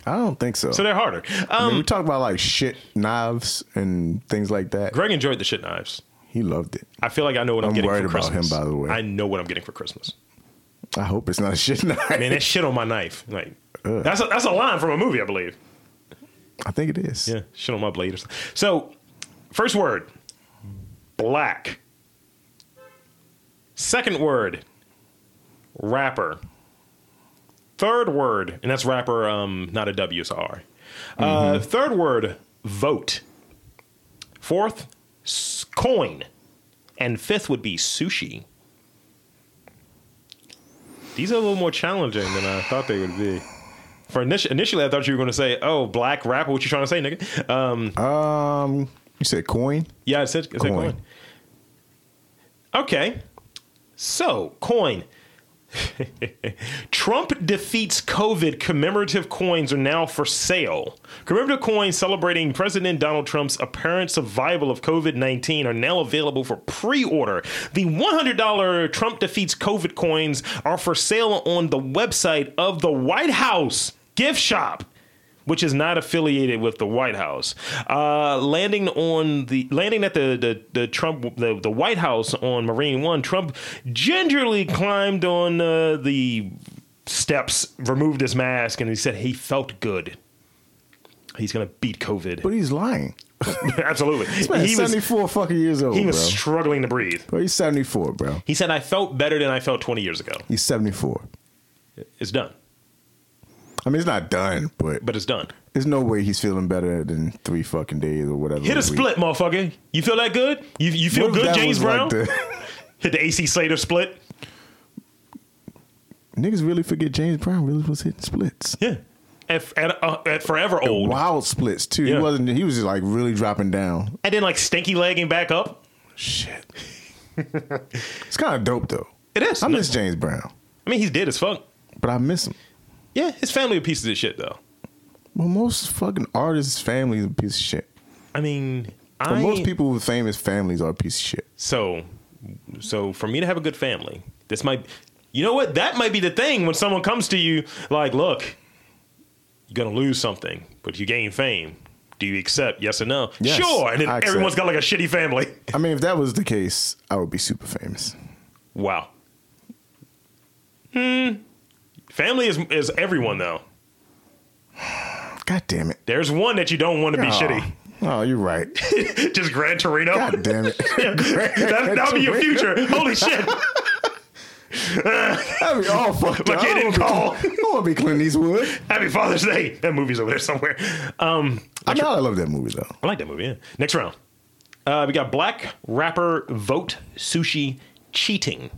S2: I don't think so.
S1: So they're harder.
S2: I
S1: Um,
S2: mean, we talk about like shit knives and things like that.
S1: Greg enjoyed the shit knives.
S2: He loved it.
S1: I feel like I know what I'm,
S2: I'm
S1: getting
S2: worried
S1: for
S2: about him,
S1: Christmas.
S2: by the way.
S1: I know what I'm getting for Christmas.
S2: I hope it's not a shit knife.
S1: Man, that shit on my knife. Like that's a, that's a line from a movie, I believe.
S2: I think it is.
S1: Yeah, shit on my blade or something. So, first word, black. Second word, rapper. Third word, and that's rapper, um, not a W, it's a R. Uh, third word, vote. Fourth, s- coin. And fifth would be sushi. These are a little more challenging than I thought they would be. For initially, initially, I thought you were going to say, "Oh, black rapper." What you trying to say, nigga? Um,
S2: Um, you said coin.
S1: yeah, I said, I said coin.
S2: Coin.
S1: Okay, so coin. Trump defeats COVID. Commemorative coins are now for sale. Commemorative coins celebrating President Donald Trump's apparent survival of COVID 19 are now available for pre order. The $100 Trump defeats COVID coins are for sale on the website of the White House gift shop which is not affiliated with the White House, uh, landing on the landing at the the, the Trump the, the White House on Marine One. Trump gingerly climbed on uh, the steps, removed his mask, and he said he felt good. He's gonna beat COVID.
S2: But he's lying.
S1: Absolutely,
S2: Man,
S1: he was
S2: 74 fucking years old,
S1: he was
S2: bro.
S1: struggling to breathe.
S2: bro. He's 74, bro.
S1: He said, "I felt better than I felt 20 years ago."
S2: He's 74.
S1: It's done,
S2: I mean, it's not done, but,
S1: but it's done.
S2: there's no way he's feeling better than three fucking days or whatever.
S1: Hit a
S2: week.
S1: split, motherfucker. You feel that good? You you
S2: What
S1: feel
S2: if
S1: good,
S2: that
S1: James
S2: was
S1: Brown?
S2: like the-
S1: Hit the AC Slater split.
S2: niggas really forget James Brown really was hitting splits.
S1: Yeah. At, at, uh, at forever old.
S2: Wild splits too.
S1: Yeah.
S2: He wasn't. He was just like really dropping down.
S1: And then like stinky legging back up.
S2: Shit. it's kind of dope though.
S1: It is.
S2: I miss James Brown,
S1: I mean, he's dead as fuck.
S2: but I miss him.
S1: Yeah, his family are pieces of shit though.
S2: Well, most fucking artists' families are a piece of shit.
S1: I mean,
S2: But
S1: I
S2: most people with famous families are a piece of shit.
S1: so so for me to have a good family, this might you know what? That might be the thing when someone comes to you like, look, you're gonna lose something, but you gain fame. Do you accept? Yes or no?
S2: Yes,
S1: sure. And then
S2: I accept.
S1: everyone's got like a shitty family.
S2: I mean, if that was the case, I would be super famous.
S1: Wow. Hmm. Family is is everyone though.
S2: God damn it.
S1: There's one that you don't want to be
S2: Aw.
S1: shitty.
S2: Oh, you're right.
S1: Just Gran Torino.
S2: God damn it.
S1: that, that'll be your future. Holy shit.
S2: That'd be all fucked
S1: My
S2: up.
S1: kid
S2: I
S1: didn't
S2: don't
S1: call.
S2: wanna be- I don't want to be Clint Eastwood.
S1: Happy Father's Day. That movie's over there somewhere. Um,
S2: I know I love that movie though.
S1: I like that movie. Yeah. Next round. Uh, we got black rapper vote sushi cheating.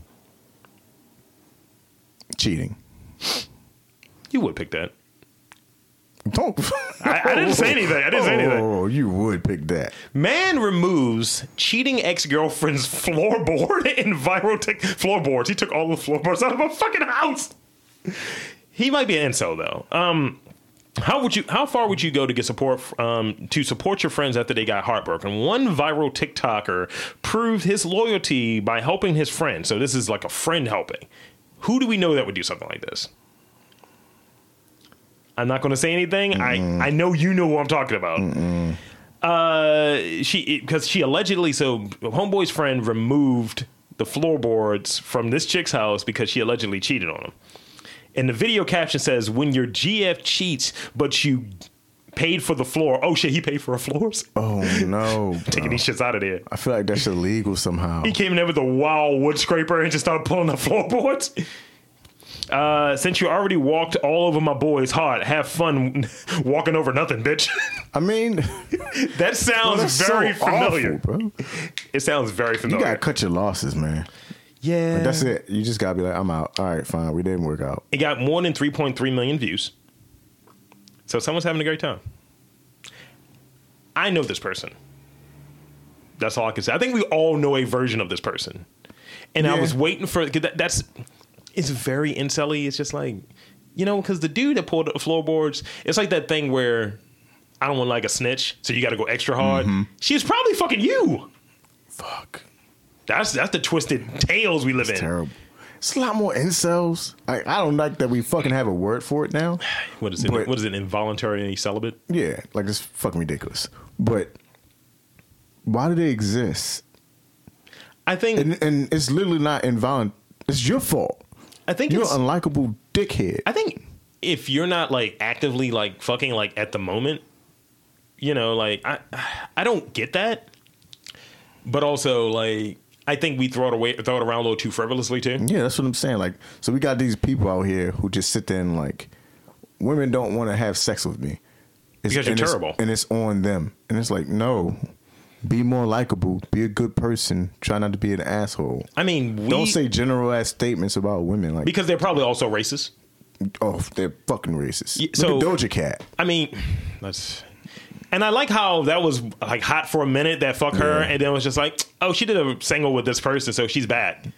S2: Cheating.
S1: You would pick that.
S2: Don't.
S1: I, I didn't say anything. I didn't say anything.
S2: Oh, you would pick that.
S1: Man removes cheating ex girlfriend's floorboard in viral tick floorboards. He took all the floorboards out of a fucking house. He might be an incel though. Um, how would you? How far would you go to get support um, to support your friends after they got heartbroken? One viral TikToker proved his loyalty by helping his friend. So this is like a friend helping. Who do we know that would do something like this? I'm not going to say anything. I I know you know what I'm talking about. Uh, she because she allegedly so homeboy's friend removed the floorboards from this chick's house because she allegedly cheated on him. And the video caption says, "When your GF cheats, but you paid for the floor. Oh shit, he paid for her floors.
S2: Oh no.
S1: Taking
S2: bro.
S1: these shits out of there."
S2: I feel like that's illegal somehow.
S1: He came in there with a wild wood scraper and just started pulling the floorboards. Uh, since you already walked all over my boy's heart, have fun walking over nothing, bitch.
S2: I mean,
S1: that sounds
S2: that's
S1: very
S2: so
S1: familiar.
S2: awful, bro.
S1: It sounds very
S2: You
S1: familiar.
S2: gotta cut your losses, man.
S1: yeah,
S2: Like, that's it. You just gotta be like, I'm out. All right, fine. We didn't work out.
S1: It got more than 3.3 million views. So someone's having a great time. I know this person. That's all I can say. I think we all know a version of this person. And I
S2: Yeah.
S1: was waiting for 'cause that, that's it's very incelly. It's just like you know because the dude that pulled up the floorboards, it's like that thing where I don't
S2: Mm-hmm.
S1: want like a snitch, so you got to go extra hard. She's probably fucking you.
S2: Fuck.
S1: That's that's the twisted tales we live in.
S2: Terrible. It's a lot more incels. Like I don't like that we fucking have a word for it now.
S1: What is it?
S2: But-
S1: what is it? Involuntary celibate?
S2: Yeah, like it's fucking ridiculous. But why do they exist?
S1: I think.
S2: And and it's literally not involuntary. It's your fault.
S1: I think
S2: You're
S1: it's-
S2: an unlikable dickhead.
S1: I think if you're not like actively like fucking like at the moment, you know, like I I don't get that. But also like I think we throw it away throw it around a little too frivolously too.
S2: Yeah, that's what I'm saying. Like, so we got these people out here who just sit there and like, women don't want to have sex with me. It's,
S1: Because you're
S2: and it's-
S1: terrible.
S2: and it's on them. And it's like, no, be more likable. Be a good person. Try not to be an asshole.
S1: I mean, we
S2: don't say general ass statements about women. Like,
S1: because they're probably also racist.
S2: oh, they're fucking racist.
S1: Yeah, so-
S2: Look at Doja Cat.
S1: I mean, that's. And I like how that was like hot for a minute. That fuck her, and then it was just like, oh, she did a single with this person, so she's bad.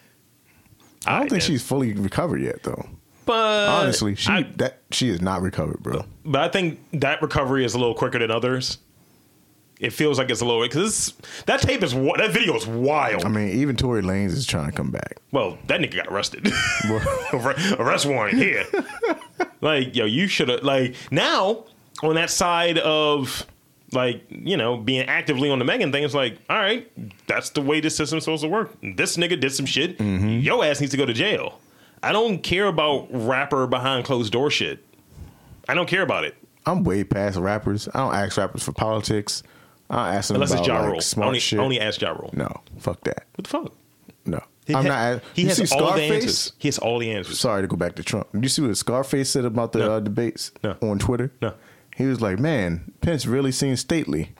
S2: I don't think
S1: then.
S2: she's fully recovered yet, though.
S1: But
S2: Honestly, she
S1: Uh, I- Oh,
S2: that she is not recovered, bro.
S1: but I think that recovery is a little quicker than others. It feels like it's a little because that tape is wi- that video is wild.
S2: I mean, even Tory Lanez is trying to come back.
S1: well, that nigga got arrested. Arre- Arrest warrant here. like yo, you should have like now on that side of like you know being actively on the Megan thing. It's like all right, that's the way this system's supposed to work. This nigga did some shit. Yo ass needs to go to jail. I don't care about rapper behind closed door shit. I don't care about it.
S2: I'm way past rappers. I don't ask rappers for politics. I don't ask them
S1: Unless
S2: about
S1: it's Ja
S2: like,
S1: Rule.
S2: smart
S1: only,
S2: shit.
S1: only ask Ja Rule.
S2: no, fuck that.
S1: What the fuck?
S2: No,
S1: He
S2: I'm
S1: ha-
S2: not.
S1: He
S2: you
S1: has
S2: see
S1: all
S2: Scarface?
S1: the answers. He has all the answers.
S2: Sorry to go back to Trump. You see what Scarface said about the
S1: No.
S2: uh, debates
S1: No.
S2: on Twitter?
S1: No.
S2: He was like, "Man, Pence really seems stately.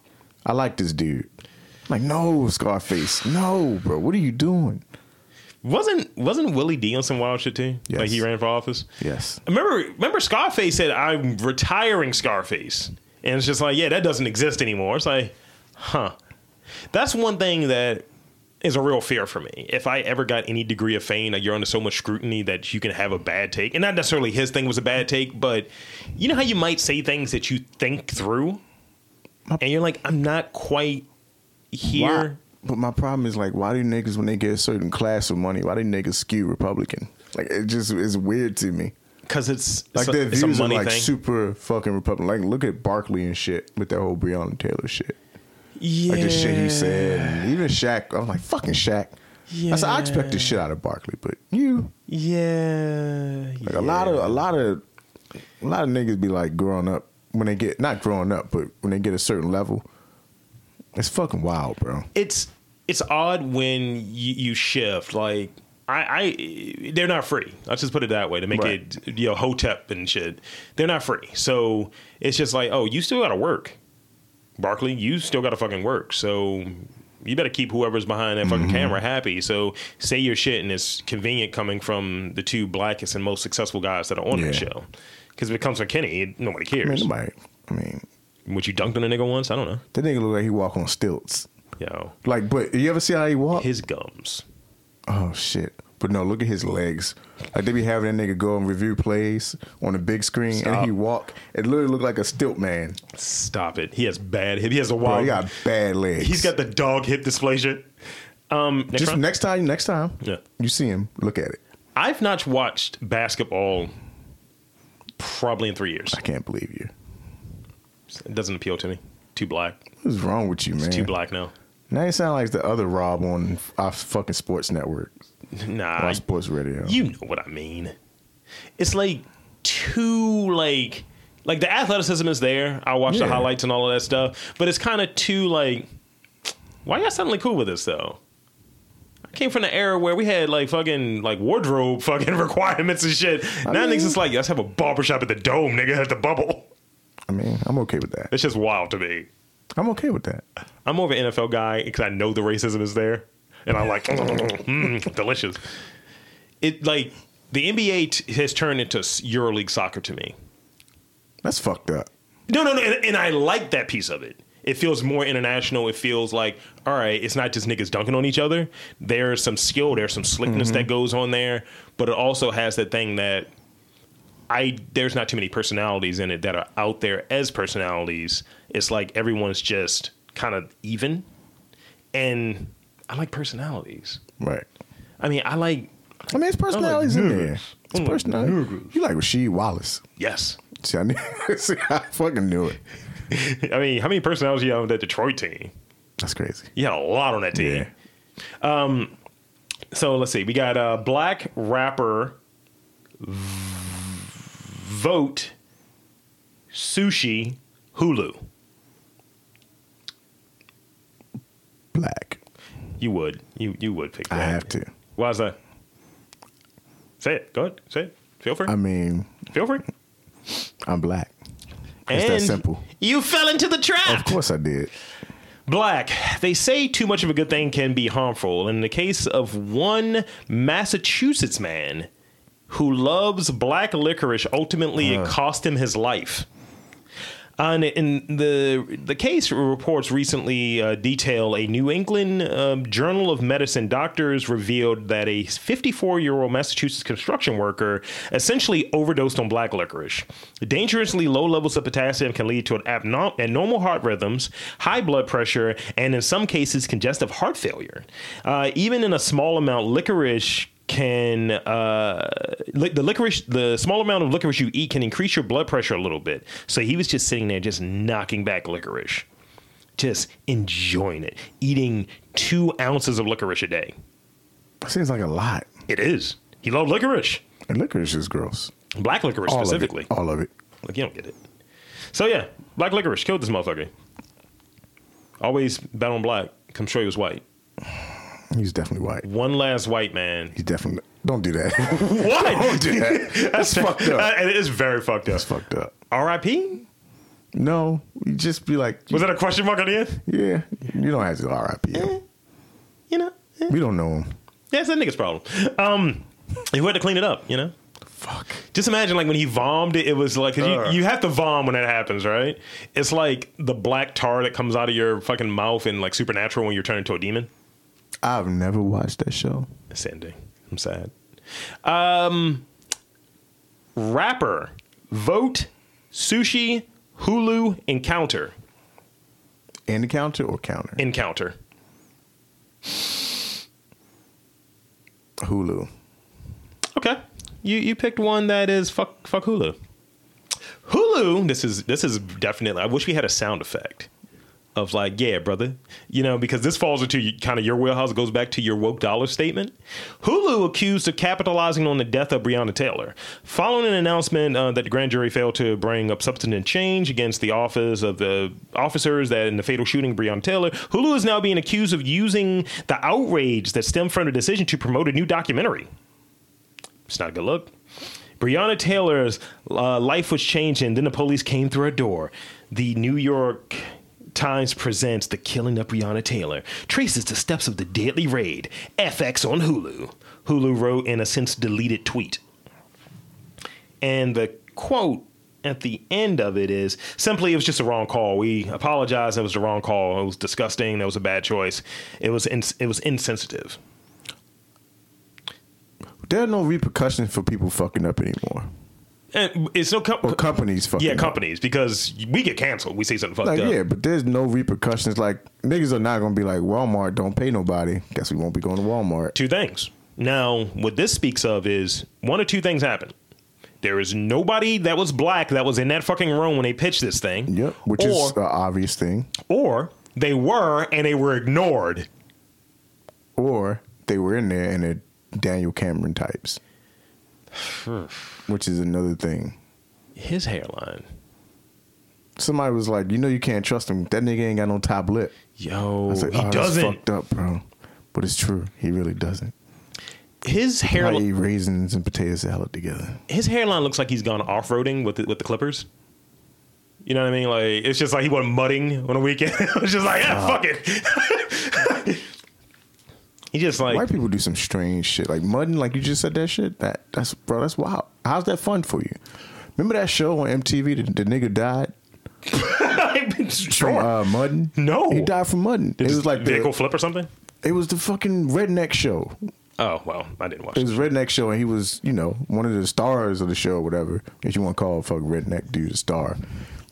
S2: I like this dude." I'm like, no, Scarface, no, bro. What are you doing?
S1: Wasn't wasn't Willie D on some wild shit too?
S2: Yes.
S1: Like he ran for office.
S2: Yes.
S1: Remember remember Scarface said I'm retiring Scarface. And it's just like, yeah, that doesn't exist anymore. It's like, huh. That's one thing that is a real fear for me. If I ever got any degree of fame, like you're under so much scrutiny that you can have a bad take. And not necessarily his thing was a bad take, but you know how you might say things that you think through? And you're like, I'm not quite here.
S2: Why? But my problem is like, why do niggas when they get a certain class of money, why do niggas skew Republican? Like it just is weird to me.
S1: because it's it's
S2: Like
S1: a-
S2: their
S1: it's a
S2: views are
S1: money
S2: like
S1: thing.
S2: super fucking Republican. Like look at Barkley and shit with that whole Breonna Taylor shit.
S1: yeah.
S2: Like the shit he said, and even Shaq. I'm like fucking Shaq. I said I expect the shit out of Barkley, but you
S1: Yeah,
S2: like a lot of a lot of a lot of niggas be like growing up when they get not growing up, but when they get a certain level, it's fucking wild, bro.
S1: it's it's odd when you, you shift like. I, I they're not free. Let's just put it that way to make
S2: Right.
S1: it you know hotep and shit. They're not free, so it's just like oh, you still got to work, Barkley. You still got to fucking work. So you better keep whoever's behind that
S2: Mm-hmm.
S1: fucking camera happy. So say your shit, and it's convenient coming from the two blackest and most successful guys that are on that
S2: Yeah.
S1: show. Because if it comes from Kenny, it- nobody
S2: I mean,
S1: cares.
S2: nobody. I mean,
S1: Would you dunked on a nigga once? I don't know.
S2: that nigga look like he walk on stilts.
S1: Yo,
S2: Like, but you ever see how he walk?
S1: his gums.
S2: oh shit! But no, look at his legs. Like they be having that nigga go and review plays on the big screen,
S1: Stop.
S2: and he walk. It literally look like a stilt man.
S1: Stop it. He has bad hip. He has a
S2: Bro,
S1: wild.
S2: he got bad legs.
S1: he's got the dog hip dysplasia. Um, next
S2: Just
S1: round.
S2: next time, next time,
S1: Yeah.
S2: you see him, look at it.
S1: I've not watched basketball probably in three years.
S2: I can't believe you.
S1: It doesn't appeal to me. Too black.
S2: What's wrong with you, man?
S1: Too black now.
S2: Now you sound like the other Rob on our fucking sports network, on
S1: Nah.
S2: our sports radio.
S1: You know what I mean. It's like too like like the athleticism is there. I watch the
S2: Yeah.
S1: highlights and all of that stuff, but it's kind of too like. Why y'all suddenly cool with this though? I came from the era where we had like fucking like wardrobe fucking requirements and shit. now
S2: mean-
S1: niggas it's like let's have a barbershop at the dome, nigga, at the bubble.
S2: I mean, I'm okay with that.
S1: It's just wild to me.
S2: I'm okay with that.
S1: I'm more of an NFL guy because I know the racism is there, and I'm like, mm, delicious. It like the NBA t- has turned into s- EuroLeague soccer to me.
S2: That's fucked up.
S1: No, no, no, and, and I like that piece of it. It feels more international. It feels like, all right, it's not just niggas dunking on each other. There's some skill, there's some slickness that goes on there, but it also has that thing that I there's not too many personalities in it that are out there as personalities. It's like everyone's just kind of even, and I like personalities.
S2: Right.
S1: I mean, I like
S2: I mean, his personality's in there.
S1: niggas.
S2: It's
S1: I'm like,
S2: personality.
S1: niggas.
S2: You like Rasheed Wallace.
S1: yes.
S2: See, I knew. see, I fucking knew it.
S1: I mean, how many personalities you have on that Detroit team?
S2: That's crazy.
S1: You had a lot on that team.
S2: Yeah.
S1: So let's see. We got uh, black rapper vote sushi Hulu.
S2: Black.
S1: You would. You you would pick
S2: I
S1: that.
S2: have to.
S1: Why is that? Say it. Go ahead. Say it. Feel free.
S2: I mean,
S1: Feel free.
S2: I'm black. It's that simple.
S1: You fell into the
S2: Of
S1: trap.
S2: course I did.
S1: Black. They say too much of a good thing can be harmful. In the case of one Massachusetts man who loves black licorice, ultimately it cost him his life. On in Uh, the the case reports recently uh, detail a New England um, Journal of Medicine doctors revealed that a 54 year old Massachusetts construction worker essentially overdosed on black licorice. Dangerously low levels of potassium can lead to an abnorm- abnormal heart rhythms, high blood pressure, and in some cases congestive heart failure. Uh, even in a small amount, licorice can uh, li- the licorice the small amount of licorice you eat can increase your blood pressure a little bit. So he was just sitting there, just knocking back licorice, just enjoying it, eating two ounces of licorice a day.
S2: Seems like a lot.
S1: It is. He loved licorice,
S2: And licorice is gross.
S1: black licorice
S2: All
S1: specifically.
S2: of it. All of it.
S1: Like you don't get it. So yeah, black licorice killed this motherfucker. Always bet on black. Come sure he was white.
S2: He's definitely white.
S1: One last white man.
S2: He's definitely. Don't do that.
S1: What?
S2: don't do that. That's fucked up.
S1: it is very fucked up.
S2: That's fucked up.
S1: R.I.P.
S2: No, you just be like,
S1: Was that a question mark on the end?
S2: yeah, you don't have to RIP
S1: Mm.
S2: him.
S1: You know, eh,
S2: We don't know him.
S1: that's that nigga's problem. Um, who had to clean it up? You know,
S2: Fuck.
S1: just imagine like when he vomed it, it was like 'cause
S2: Ugh.
S1: you, you have to vom when that happens, right? It's like the black tar that comes out of your fucking mouth and like supernatural when you're turned into a demon.
S2: I've never watched that show.
S1: It's the ending. I'm sad. Um, rapper vote sushi Hulu encounter
S2: In the counter or counter?
S1: encounter.
S2: Hulu.
S1: Okay. You you picked one that is fuck fuck Hulu. Hulu, this is this is definitely I wish we had a sound effect of like, yeah, brother. You know, because this falls into kind of your wheelhouse, goes back to your woke dollar statement. Hulu accused of capitalizing on the death of Breonna Taylor. Following an announcement uh, that the grand jury failed to bring up substantive change against the office of the officers that in the fatal shooting of Breonna Taylor, Hulu is now being accused of using the outrage that stemmed from the decision to promote a new documentary. It's not a good look. Breonna Taylor's uh, life was changing. Then the police came through her door. The New York Times presents The Killing of Breonna Taylor, traces the steps of the deadly raid. FX on Hulu. Hulu wrote in a since deleted tweet. And the quote at the end of it is simply, it was just a wrong call. We apologize. It was the wrong call. It was disgusting. That was a bad choice. It was, ins- it was insensitive.
S2: There are no repercussions for people fucking up anymore.
S1: And it's no com-
S2: Or companies fucking
S1: Yeah,
S2: up.
S1: companies because we get canceled. We say something fucked
S2: Like,
S1: up.
S2: yeah, but there's no repercussions. Like, niggas are not going to be like, Walmart don't pay nobody. Guess we won't be going to Walmart.
S1: Two things. Now, what this speaks of is one of two things happened. There is nobody that was black that was in that fucking room when they pitched this thing.
S2: Yep, which
S1: or,
S2: is an obvious thing.
S1: or they were and they were ignored.
S2: Or they were in there and they're Daniel Cameron types, which is another thing.
S1: His hairline,
S2: Somebody was like, you know, you can't trust him. That nigga ain't got no top lip.
S1: yo,
S2: I was like,
S1: he
S2: "Oh, that's
S1: doesn't.
S2: fucked up, bro. But it's true. He really doesn't.
S1: His
S2: I
S1: hairline,
S2: eat raisins and potato salad together.
S1: his hairline looks like he's gone off roading with the, with the Clippers. You know what I mean? Like it's just like he went mudding on a weekend. it's just like, ah, fuck it. he just like
S2: White people do some strange shit, like mudding. Like you just said that shit. That that's bro. That's wild. How's that fun for you? Remember that show on MTV? The, the nigga died from
S1: sure.
S2: uh, mudding.
S1: No.
S2: he died from mudding. It was like
S1: vehicle
S2: the,
S1: flip or something.
S2: it was the fucking redneck show.
S1: Oh well, I didn't watch.
S2: It was redneck show, and he was you know one of the stars of the show, or whatever if you want to call a fuck redneck dude a star.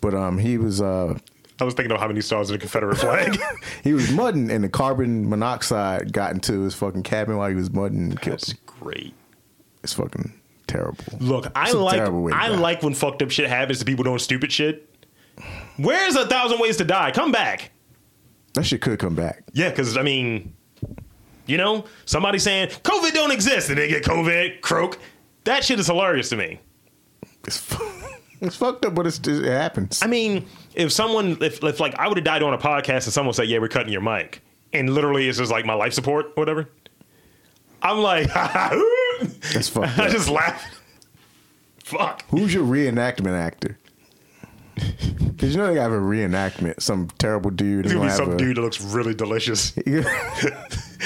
S2: But um, he was uh,
S1: I was thinking about how many stars in the Confederate flag.
S2: He was mudding, and the carbon monoxide got into his fucking cabin while he was mudding and killed
S1: That's
S2: him.
S1: great.
S2: It's fucking terrible.
S1: Look, I
S2: It's a
S1: like
S2: terrible way to
S1: I
S2: die.
S1: like when fucked up shit happens to people doing stupid shit. Where's a thousand ways to die? Come back.
S2: that shit could come back.
S1: Yeah, because I mean, you know, somebody saying COVID don't exist and they get COVID, croak. That shit is hilarious to me.
S2: It's, fu- it's fucked up, but it's, it happens.
S1: I mean, if someone, if, if like I would have died on a podcast and someone said, "Yeah, we're cutting your mic," and literally it's just like my life support, or whatever. I'm like,
S2: That's fucked
S1: I
S2: up.
S1: just laugh. Fuck.
S2: Who's your reenactment actor? Because you know they have a reenactment. Some terrible dude.
S1: It's
S2: is
S1: gonna be
S2: gonna
S1: some
S2: have
S1: dude that looks really delicious.
S2: a-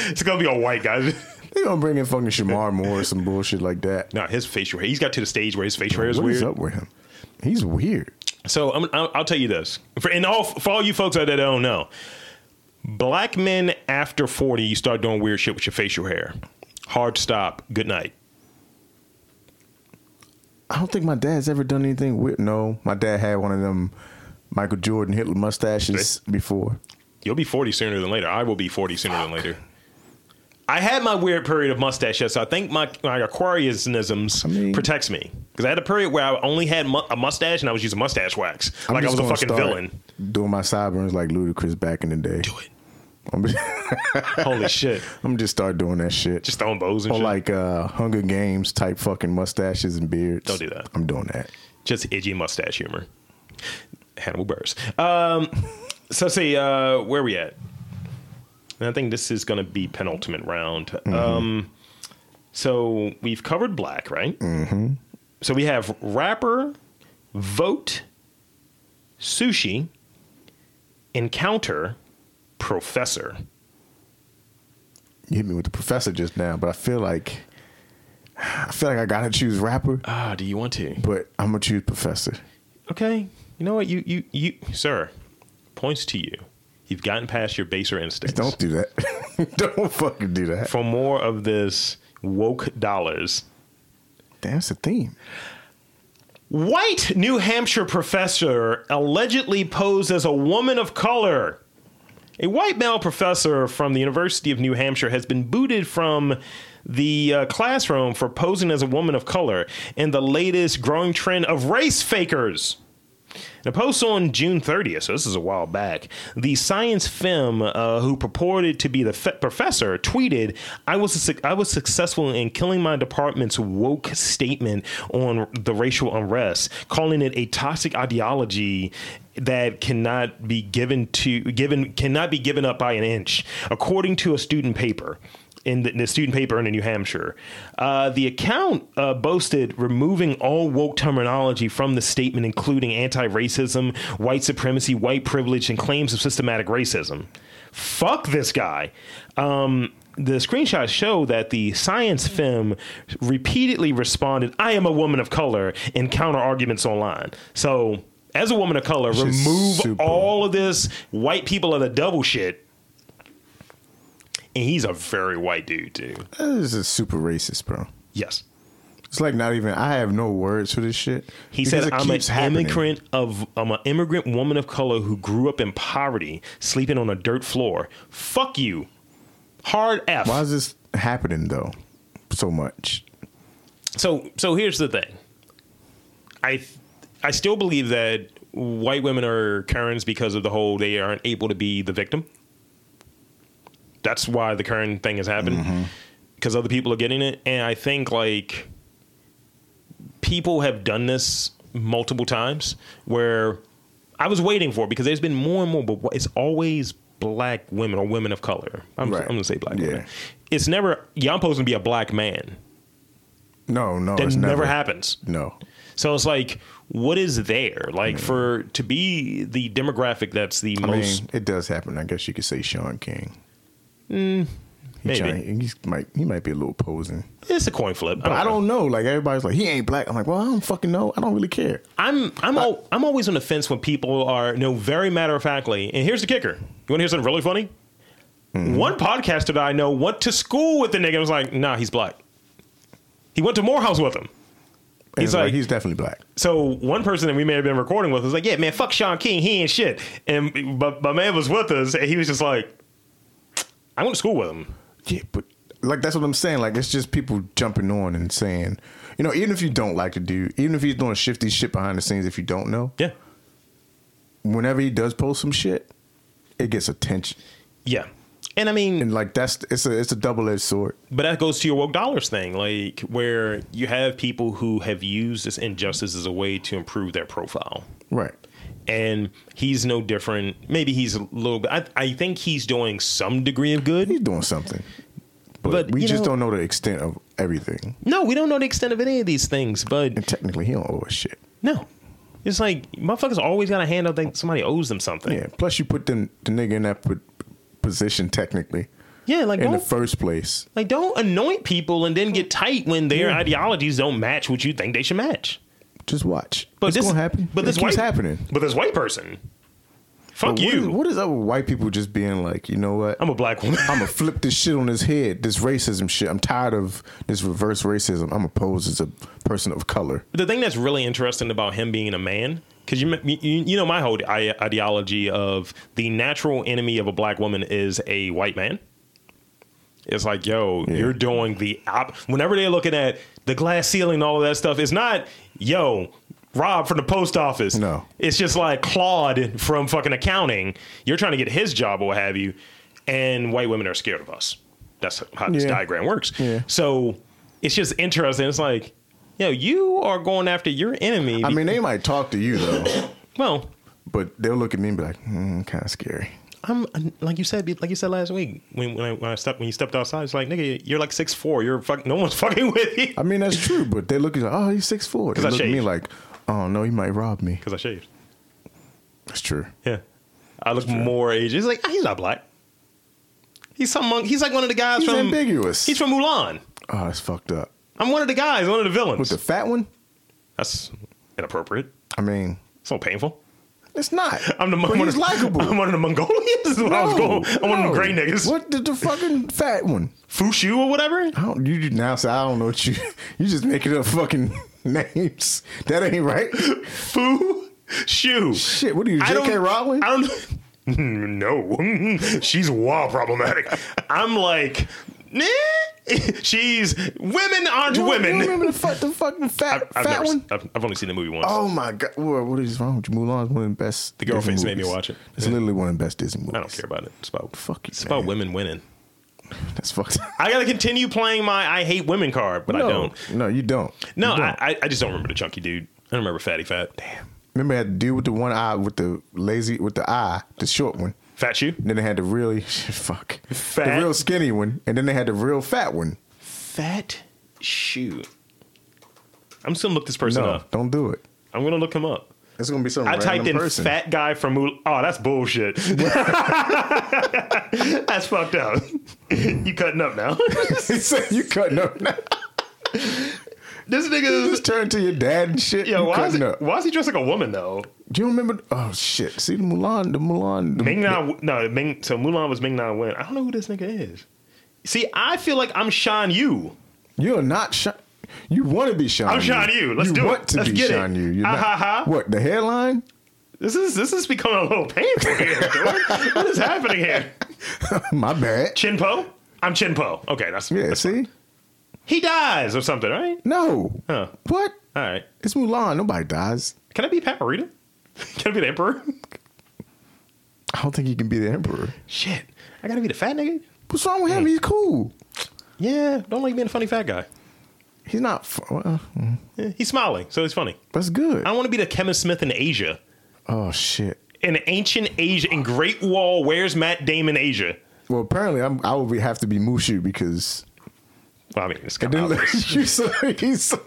S1: it's gonna be a white guy.
S2: they gonna bring in fucking Shamar Moore or some bullshit like that.
S1: no, his facial hair. He's got to the stage where his facial hair is
S2: What
S1: weird.
S2: is up with him? He's weird.
S1: So I'm, I'll, I'll tell you this, for, and all for all you folks out there that don't know, black men after forty, you start doing weird shit with your facial hair. Hard stop. Good night.
S2: I don't think my dad's ever done anything weird. No, my dad had one of them Michael Jordan Hitler mustaches before.
S1: You'll be forty sooner than later. I will be forty sooner than later. I had my weird period of mustache, so I think my, my Aquarianisms
S2: I mean-
S1: protects me because I had a period where I only had mu- a mustache and I was using mustache wax
S2: I'm
S1: like I was
S2: just
S1: a
S2: gonna
S1: fucking
S2: start
S1: villain.
S2: Doing my sideburns like Ludacris back in the day. Do
S1: it.
S2: I'm,
S1: Holy shit!
S2: I'm just start doing that shit.
S1: Just throwing bows and
S2: or
S1: shit.
S2: like uh, Hunger Games type fucking mustaches and beards.
S1: Don't do that.
S2: I'm doing that.
S1: just edgy mustache humor. Hannibal Burris. Um, so see uh, where we at. And I think this is going to be penultimate round. Um, so we've covered black, right? Mm-hmm. So we have rapper, vote, sushi, encounter, professor.
S2: You hit me with the professor just now, but I feel like I feel like I gotta choose rapper,
S1: Ah, do you want to?
S2: but I'm gonna choose professor.
S1: Okay, you know what? You you you, sir, points to you. You've gotten past your baser instincts.
S2: Don't do that. Don't fucking do that.
S1: for more of this woke dollars.
S2: Damn, it's a theme.
S1: White New Hampshire professor allegedly posed as a woman of color. A white male professor from the University of New Hampshire has been booted from the uh, classroom for posing as a woman of color in the latest growing trend of race fakers. In a post on June 30th, so this is a while back, the science femme uh, who purported to be the fe- professor tweeted, I was, su- I was successful in killing my department's woke statement on the racial unrest, calling it a toxic ideology that cannot be given to given cannot be given up by an inch, according to a student paper in the, the student paper in New Hampshire. Uh, the account uh, boasted removing all woke terminology from the statement, including anti racism, white supremacy, white privilege, and claims of systematic racism. Fuck this guy. Um, the screenshots show that the science femme repeatedly responded, I am a woman of color, in counter arguments online. So, as a woman of color,
S2: is
S1: remove
S2: super-
S1: all of this white people are the double shit. And he's a very white dude, too.
S2: This is super racist, bro.
S1: Yes.
S2: It's like not even. I have no words for this shit.
S1: He
S2: because
S1: says,
S2: it
S1: "I'm an
S2: keeps happening."
S1: immigrant of I'm an immigrant woman of color who grew up in poverty, sleeping on a dirt floor. Fuck you, hard F."
S2: Why is this happening though? So much.
S1: So so here's the thing. I I still believe that white women are Karens because of the whole they aren't able to be the victim. That's why the Karen thing has
S2: Mm-hmm.
S1: happened because other people are getting it, and I think like people have done this multiple times where I was waiting for it because there's been more and more, but it's always black women or women of color. I'm,
S2: Right.
S1: I'm gonna say black
S2: Yeah.
S1: women. It's never y'all supposed to be a black man.
S2: No, no,
S1: That
S2: Oh, it's
S1: never,
S2: never,
S1: happens.
S2: No,
S1: So it's like, what is there? Like for to be the demographic that's the
S2: Mm. I
S1: most
S2: mean it does happen. I guess you could say Sean King. He
S1: Mm. maybe
S2: trying- he's might he might be a little posing.
S1: it's a coin flip.
S2: But I
S1: know.
S2: don't know. Like everybody's like, he ain't black. I'm like, well, I don't fucking know. I don't really care.
S1: I'm I'm al- I'm always on the fence when people are you know very matter of factly. And here's the kicker: you want to hear something really funny?
S2: Mm-hmm.
S1: One podcaster that I know went to school with the nigga. and was like, nah, he's black. He went to Morehouse with him.
S2: And
S1: He's
S2: it's like,
S1: like-
S2: he's definitely black.
S1: So one person that we may have been recording with was like, "Yeah, man, fuck Sean King, he ain't shit." And but my man was with us, and he was just like, "I went to school with him."
S2: Yeah, but like that's what I'm saying. Like it's just people jumping on and saying, you know, even if you don't like the dude, even if he's doing shifty shit behind the scenes, if you don't know,
S1: Yeah,
S2: whenever he does post some shit, it gets attention.
S1: yeah. And I mean,
S2: And like that's it's a it's a double edged sword.
S1: But that goes to your woke dollars thing, like where you have people who have used this injustice as a way to improve their profile.
S2: Right.
S1: And he's no different. Maybe he's a little bit. I, I think he's doing some degree of good.
S2: He's doing something. But,
S1: But,
S2: we
S1: you
S2: just
S1: know-
S2: don't know the extent of everything.
S1: No, we don't know the extent of any of these things, but
S2: And technically he don't owe us shit.
S1: no. It's like motherfuckers always got a hand up that somebody owes them something.
S2: Yeah. Plus you put them the nigga in that po- position technically
S1: Yeah, like
S2: in
S1: don't,
S2: the first place.
S1: like don't anoint people and then get tight when their ideologies don't match what you think they should match.
S2: Just watch.
S1: But
S2: it's
S1: this
S2: gonna happen.
S1: But
S2: It
S1: this
S2: keeps
S1: white
S2: happening.
S1: But this white person. Fuck
S2: But
S1: you.
S2: What is, what is up with white people just being like, you know what?
S1: I'm a black woman.
S2: I'm gonna flip this shit on his head. This racism shit. I'm tired of this reverse racism. I'm opposed as a person of color.
S1: the thing that's really interesting about him being a man, because you, you you know my whole i- ideology of the natural enemy of a black woman is a white man. It's like, yo,
S2: Yeah.
S1: you're doing the op. Whenever they're looking at the glass ceiling, and all of that stuff, it's not, yo, Rob from the post office.
S2: No.
S1: it's just like Claude from fucking accounting. You're trying to get his job or what have you, and white women are scared of us. That's how this
S2: Yeah.
S1: diagram works.
S2: Yeah.
S1: So it's just interesting. It's like, yo, you are going after your enemy.
S2: I mean, they might talk to you though,
S1: well,
S2: but they'll look at me and be like, hmm, kind of scary.
S1: I'm like you said, like you said last week when when I, when I stepped when you stepped outside. It's like, nigga, you're like six four. You're fucking. No one's fucking with you
S2: I mean, that's true, but they look at you like, oh, he's six four. They
S1: 'Cause I
S2: look at me
S1: shaved.
S2: like, oh no, he might rob me.
S1: because I shaved.
S2: That's true.
S1: Yeah, I look more Asian. He's like, "Ah, he's not black. He's some monk. He's like one of the guys
S2: He's
S1: from.
S2: ambiguous.
S1: He's from Mulan.
S2: oh, that's fucked up.
S1: I'm one of the guys. One of the villains.
S2: With the fat one,
S1: That's inappropriate.
S2: I mean,
S1: It's so painful.
S2: it's not.
S1: I'm the
S2: But
S1: I'm one
S2: he's
S1: of-
S2: likable.
S1: I'm one of the Mongolians. Is what I was going. I'm one of
S2: no.
S1: the gray niggas.
S2: What did the fucking fat one?
S1: Fushu or whatever.
S2: I don't, you do now say I don't know what you you just making up fucking names. That ain't right.
S1: Foo shoe.
S2: Shit, what are you,
S1: I
S2: J.K.
S1: don't-
S2: Rowling?
S1: I don't. no, she's wild problematic. I'm like, nah. She's women aren't
S2: You don't-
S1: women.
S2: You don't remember the, fuck, the fucking fat
S1: I've,
S2: fat
S1: never,
S2: one?
S1: I've, I've only seen the movie once.
S2: Oh my god! What, what is wrong with you? Mulan's one of the best. The
S1: Girlfriends made me watch it.
S2: It's
S1: Yeah.
S2: literally one of the best Disney movies.
S1: I don't care about it. It's about
S2: Fuck you,
S1: It's about
S2: man.
S1: women winning.
S2: That's fucked. up.
S1: I gotta continue playing my I hate women card, but
S2: no,
S1: I don't.
S2: No, you don't.
S1: No,
S2: You don't.
S1: I, I I just don't remember the chunky dude. I don't remember fatty fat. Damn.
S2: remember I had to deal with the one eye with the lazy with the eye, the short one.
S1: Fat shoe.
S2: And then they had the really fuck
S1: Fat.
S2: the real skinny one, and then they had the real fat one.
S1: Fat shoe. I'm just gonna look this person
S2: No,
S1: up.
S2: don't do it.
S1: I'm gonna look him up.
S2: It's gonna be some.
S1: I
S2: random
S1: typed in
S2: person.
S1: fat guy from Mul- Oh, that's bullshit. that's fucked up. you cutting up now.
S2: He said, "You cutting up now?
S1: this nigga is
S2: Just turn to your dad and shit.
S1: Yo,
S2: you
S1: why is,
S2: cutting
S1: he,
S2: up?
S1: why is he dressed like a woman though?
S2: Do you remember? Oh shit! See the Mulan, the Mulan. The,
S1: Ming Na, no, Ming, so Mulan was Ming Na Wen. I don't know who this nigga is. See, I feel like I'm Sean Yu.
S2: You're not Sean. You want to be Sean?
S1: I'm Sean Yu. Let's
S2: you
S1: do
S2: want
S1: it.
S2: to
S1: Let's
S2: be
S1: get it.
S2: Sean Yu. You're
S1: Ah,
S2: not-
S1: ha, ha.
S2: What the headline?
S1: This is this is becoming a little painful here. dude. what is happening here?
S2: My bad.
S1: Chin Po? I'm Chin Po. Okay, that's
S2: Yeah.
S1: that's-
S2: See?
S1: He dies or something, right?
S2: No.
S1: Huh.
S2: What?
S1: All right.
S2: It's Mulan. Nobody dies.
S1: Can I be Paparita? Can I be the emperor?
S2: I don't think he can be the emperor.
S1: Shit, I gotta be the fat nigga.
S2: What's wrong with
S1: Mm.
S2: him? He's cool.
S1: Yeah, don't like being a funny fat guy.
S2: He's not. f- Well, mm,
S1: Yeah, he's smiling, so it's funny.
S2: that's good.
S1: I want to be the Kevin Smith in Asia,
S2: Oh shit.
S1: in ancient Asia, in Great Wall. Where's Matt Damon? Asia.
S2: Well, apparently I'm, I would be, have to be Mushu because
S1: Well, I mean, it's
S2: I
S1: kind
S2: didn't
S1: of
S2: look. You so, he's so,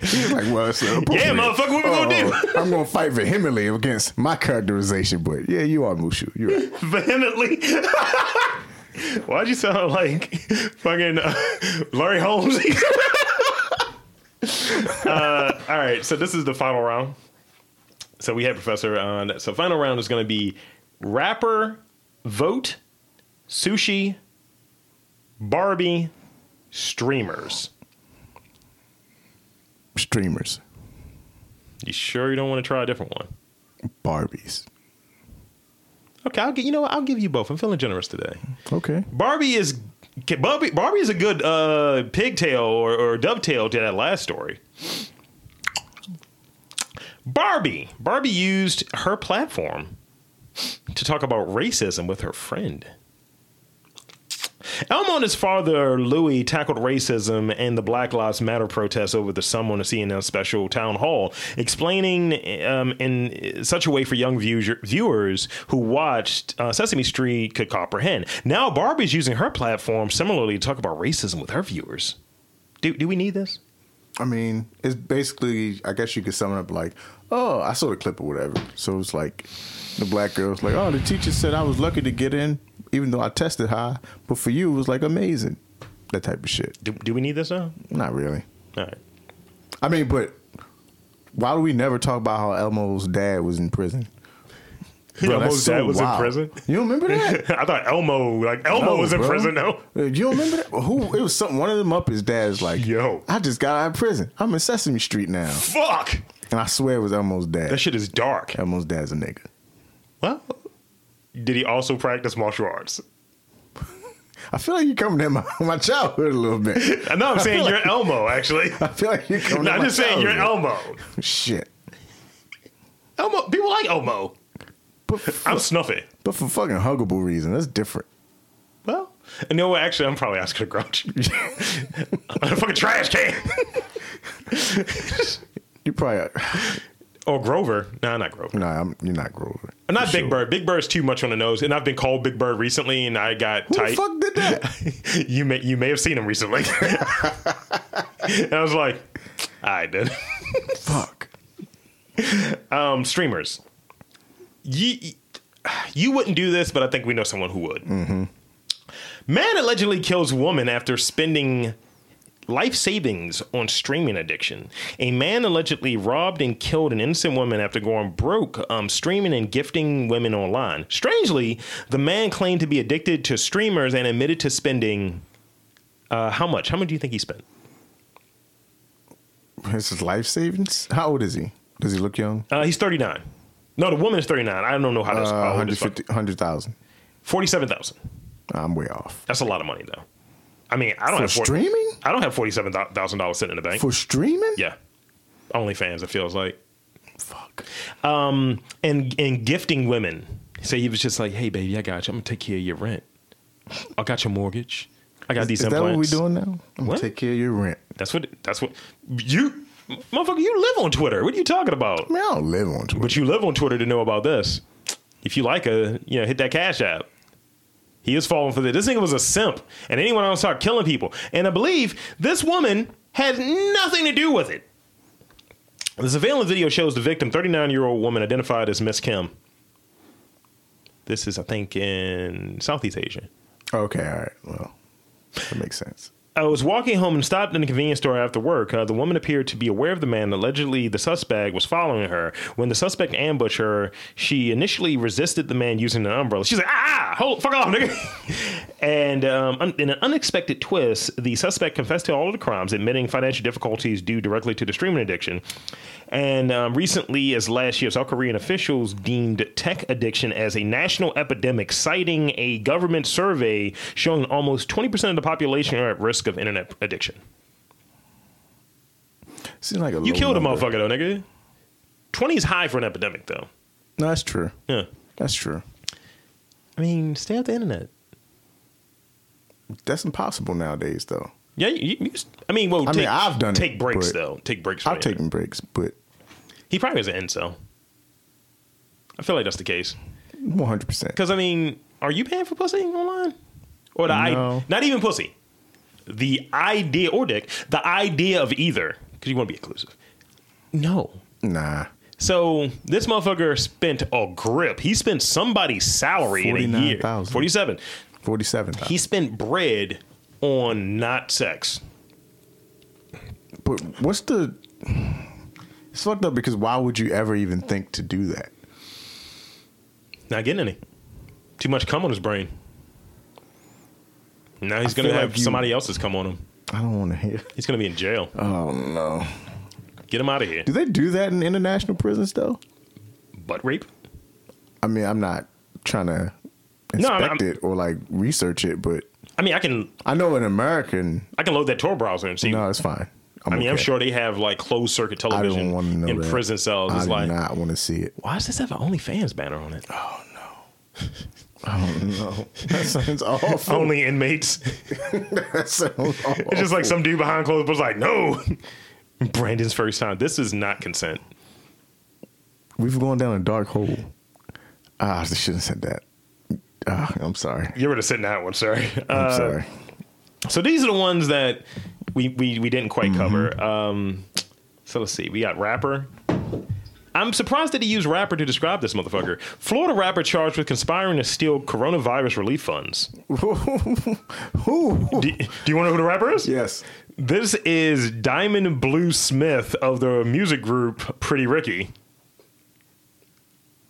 S2: he's like, well, it's inappropriate.
S1: Yeah, motherfucker, what we gonna do?
S2: Oh, I'm gonna fight vehemently against my characterization, but yeah, you are Mushu. You're right.
S1: vehemently. Why'd you sound like fucking uh, Larry Holmes? uh, all right, so this is the final round. So we had Professor on. So final round is going to be rapper, vote, sushi, Barbie, streamers.
S2: Sh- streamers,
S1: You sure you don't want to try a different one?
S2: Barbies.
S1: Okay, I'll get you know what? I'll give you both. I'm feeling generous today.
S2: Okay.
S1: Barbie is Barbie, Barbie is a good uh, pigtail or, or dovetail to that last story. Barbie. Barbie used her platform to talk about racism with her friend. Elmo and his father, Louis, tackled racism and the Black Lives Matter protests over the summer on a CNN special town hall, explaining um, in such a way for young view- viewers who watched uh, Sesame Street could comprehend. Now Barbie's using her platform similarly to talk about racism with her viewers. Do, do we need this?
S2: I mean, it's basically, I guess you could sum it up like, oh, I saw the clip or whatever. So it's like the black girl's like, oh, the teacher said I was lucky to get in, even though I tested high. But for you, it was like amazing. That type of shit.
S1: Do, do we need this now?
S2: Not really.
S1: All right.
S2: I mean, but why do we never talk about how Elmo's dad was in prison? Bro, that's
S1: Elmo's dad was in
S2: wild.
S1: prison?
S2: You don't remember that?
S1: I thought Elmo, like Elmo
S2: No,
S1: was in
S2: bro.
S1: prison. No,
S2: Uh, You don't remember that? Who? It was something. One of them up. His dad's like,
S1: Yo.
S2: I just got out of prison. I'm in Sesame Street now."
S1: fuck,
S2: And I swear it was Elmo's dad.
S1: that shit is dark.
S2: Elmo's dad's a nigga.
S1: Well, did he also practice martial arts?
S2: I feel like you coming at my, my childhood a little bit.
S1: Uh, No, I'm saying you're Elmo, actually.
S2: I feel like you coming.
S1: No,
S2: at
S1: I'm
S2: my
S1: just saying you're
S2: childhood.
S1: Elmo.
S2: Shit.
S1: Elmo, people like Elmo.
S2: But for,
S1: I'm Snuffy.
S2: but for fucking huggable reason, that's different.
S1: Well, you know what? Actually, I'm probably Oscar the Grouch. I'm a fucking trash can.
S2: You probably
S1: or Oh, Grover. No, not Grover.
S2: nah. I'm, you're not Grover.
S1: I'm not
S2: For
S1: Big
S2: sure.
S1: Bird. Big Bird's too much on the nose, and I've been called Big Bird recently, and I got
S2: Who
S1: tight.
S2: the fuck did that?
S1: you may you may have seen him recently. And I was like, I did.
S2: fuck.
S1: um, streamers. You, you wouldn't do this, but I think we know someone who would. Man allegedly kills woman after spending life savings on streaming addiction. A man allegedly robbed and killed an innocent woman after going broke um, streaming and gifting women online. Strangely, the man claimed to be addicted to streamers and admitted to spending. Uh, how much? How much do you think he spent?
S2: This is life savings. How old is he? Does he look young?
S1: Uh, he's 39. No, the woman is 39. I don't know how that's.
S2: Uh,
S1: how old this fuck-
S2: 150 100,000.
S1: 47,000.
S2: I'm way off.
S1: That's a lot of money, though. I mean, I don't
S2: For
S1: have forty-
S2: streaming?
S1: I don't have forty-seven thousand dollars sitting in the bank.
S2: For streaming?
S1: yeah, OnlyFans. It feels like,
S2: Fuck.
S1: um, and and gifting women. So he was just like, "Hey, baby, I got you. I'm gonna take care of your rent. I got your mortgage. I got these
S2: Is that
S1: implants.
S2: what we doing now? I'm
S1: What?
S2: gonna take care of your rent.
S1: That's what. That's what you, motherfucker. You live on Twitter. What are you talking about?
S2: Man, I don't live on Twitter.
S1: But you live on Twitter to know about this. If you like a, you know, hit that cash app. He is falling for this. This nigga was a simp, and anyone else start killing people. And I believe this woman had nothing to do with it. The surveillance video shows the victim, 39 year old woman, identified as Miss Kim. This is, I think, in Southeast Asia.
S2: okay, all right. Well, that makes sense.
S1: I was walking home and stopped in a convenience store after work. Uh, the woman appeared to be aware of the man. Allegedly, the suspect was following her. When the suspect ambushed her, she initially resisted the man using an umbrella. She's like, ah, ah, hold, fuck off, nigga. and um, un- in an unexpected twist, the suspect confessed to all of the crimes, admitting financial difficulties due directly to the streaming addiction. And um, recently, as last year, South Korean officials deemed tech addiction as a national epidemic, citing a government survey showing almost 20% of the population are at risk of internet addiction.
S2: Seems like a
S1: You
S2: low
S1: killed a
S2: number.
S1: motherfucker, though, nigga. 20 is high for an epidemic, though.
S2: No, that's true.
S1: Yeah.
S2: That's true.
S1: I mean, stay off the internet.
S2: That's impossible nowadays, though.
S1: Yeah, you, you, I mean, well,
S2: I mean, I've done it,
S1: take breaks
S2: but
S1: though. Take breaks. from
S2: I'm
S1: the internet.
S2: taking breaks, but
S1: He probably is an incel. I feel like that's the case.
S2: 100. percent
S1: Because I mean, are you paying for pussy online? Or the I-
S2: No.
S1: not even pussy. The idea or dick, the idea of either, because you want to be inclusive. No.
S2: Nah,
S1: So this motherfucker spent a grip. He spent somebody's salary in a year.
S2: 49,000.
S1: 47.
S2: 47.
S1: He spent bread on not sex.
S2: but what's the? It's fucked up because why would you ever even think to do that?
S1: Not getting any. Too much cum on his brain. Now he's
S2: I
S1: going to
S2: feel
S1: have
S2: like you-
S1: somebody else's come on him.
S2: I don't want to hear.
S1: He's going to be in jail.
S2: Oh no.
S1: Get him out of here.
S2: Do they do that in international prisons though?
S1: Butt rape?
S2: I mean, I'm not trying to
S1: No, I'm-
S2: inspect
S1: I'm-
S2: it or like research it, but
S1: I mean, I can
S2: I know an American.
S1: I can load that Tor browser and see.
S2: No, it's fine.
S1: I mean, I'm
S2: okay.
S1: sure they have like closed circuit
S2: I don't
S1: television
S2: want to know
S1: in
S2: that.
S1: prison cells.
S2: I
S1: It's
S2: do
S1: like,
S2: not want to see it.
S1: why does this have an OnlyFans banner on it?
S2: Oh no, that sounds awful.
S1: Only inmates.
S2: that sounds awful.
S1: It's just like some dude behind closed doors like, no. Brandon's first time. This is not consent.
S2: we've gone down a dark hole. Ah, I shouldn't have said that. Ah, I'm sorry.
S1: You were to sit in that one, sorry.
S2: I'm
S1: Uh,
S2: sorry.
S1: So these are the ones that we we, we didn't
S2: Mm-hmm.
S1: quite cover. Um, so let's see. We got rapper. I'm surprised that he used rapper to describe this motherfucker. Florida rapper charged with conspiring to steal coronavirus relief funds.
S2: Who?
S1: Do, do you want to know who the rapper is?
S2: Yes.
S1: This is Diamond Blue Smith of the music group Pretty Ricky.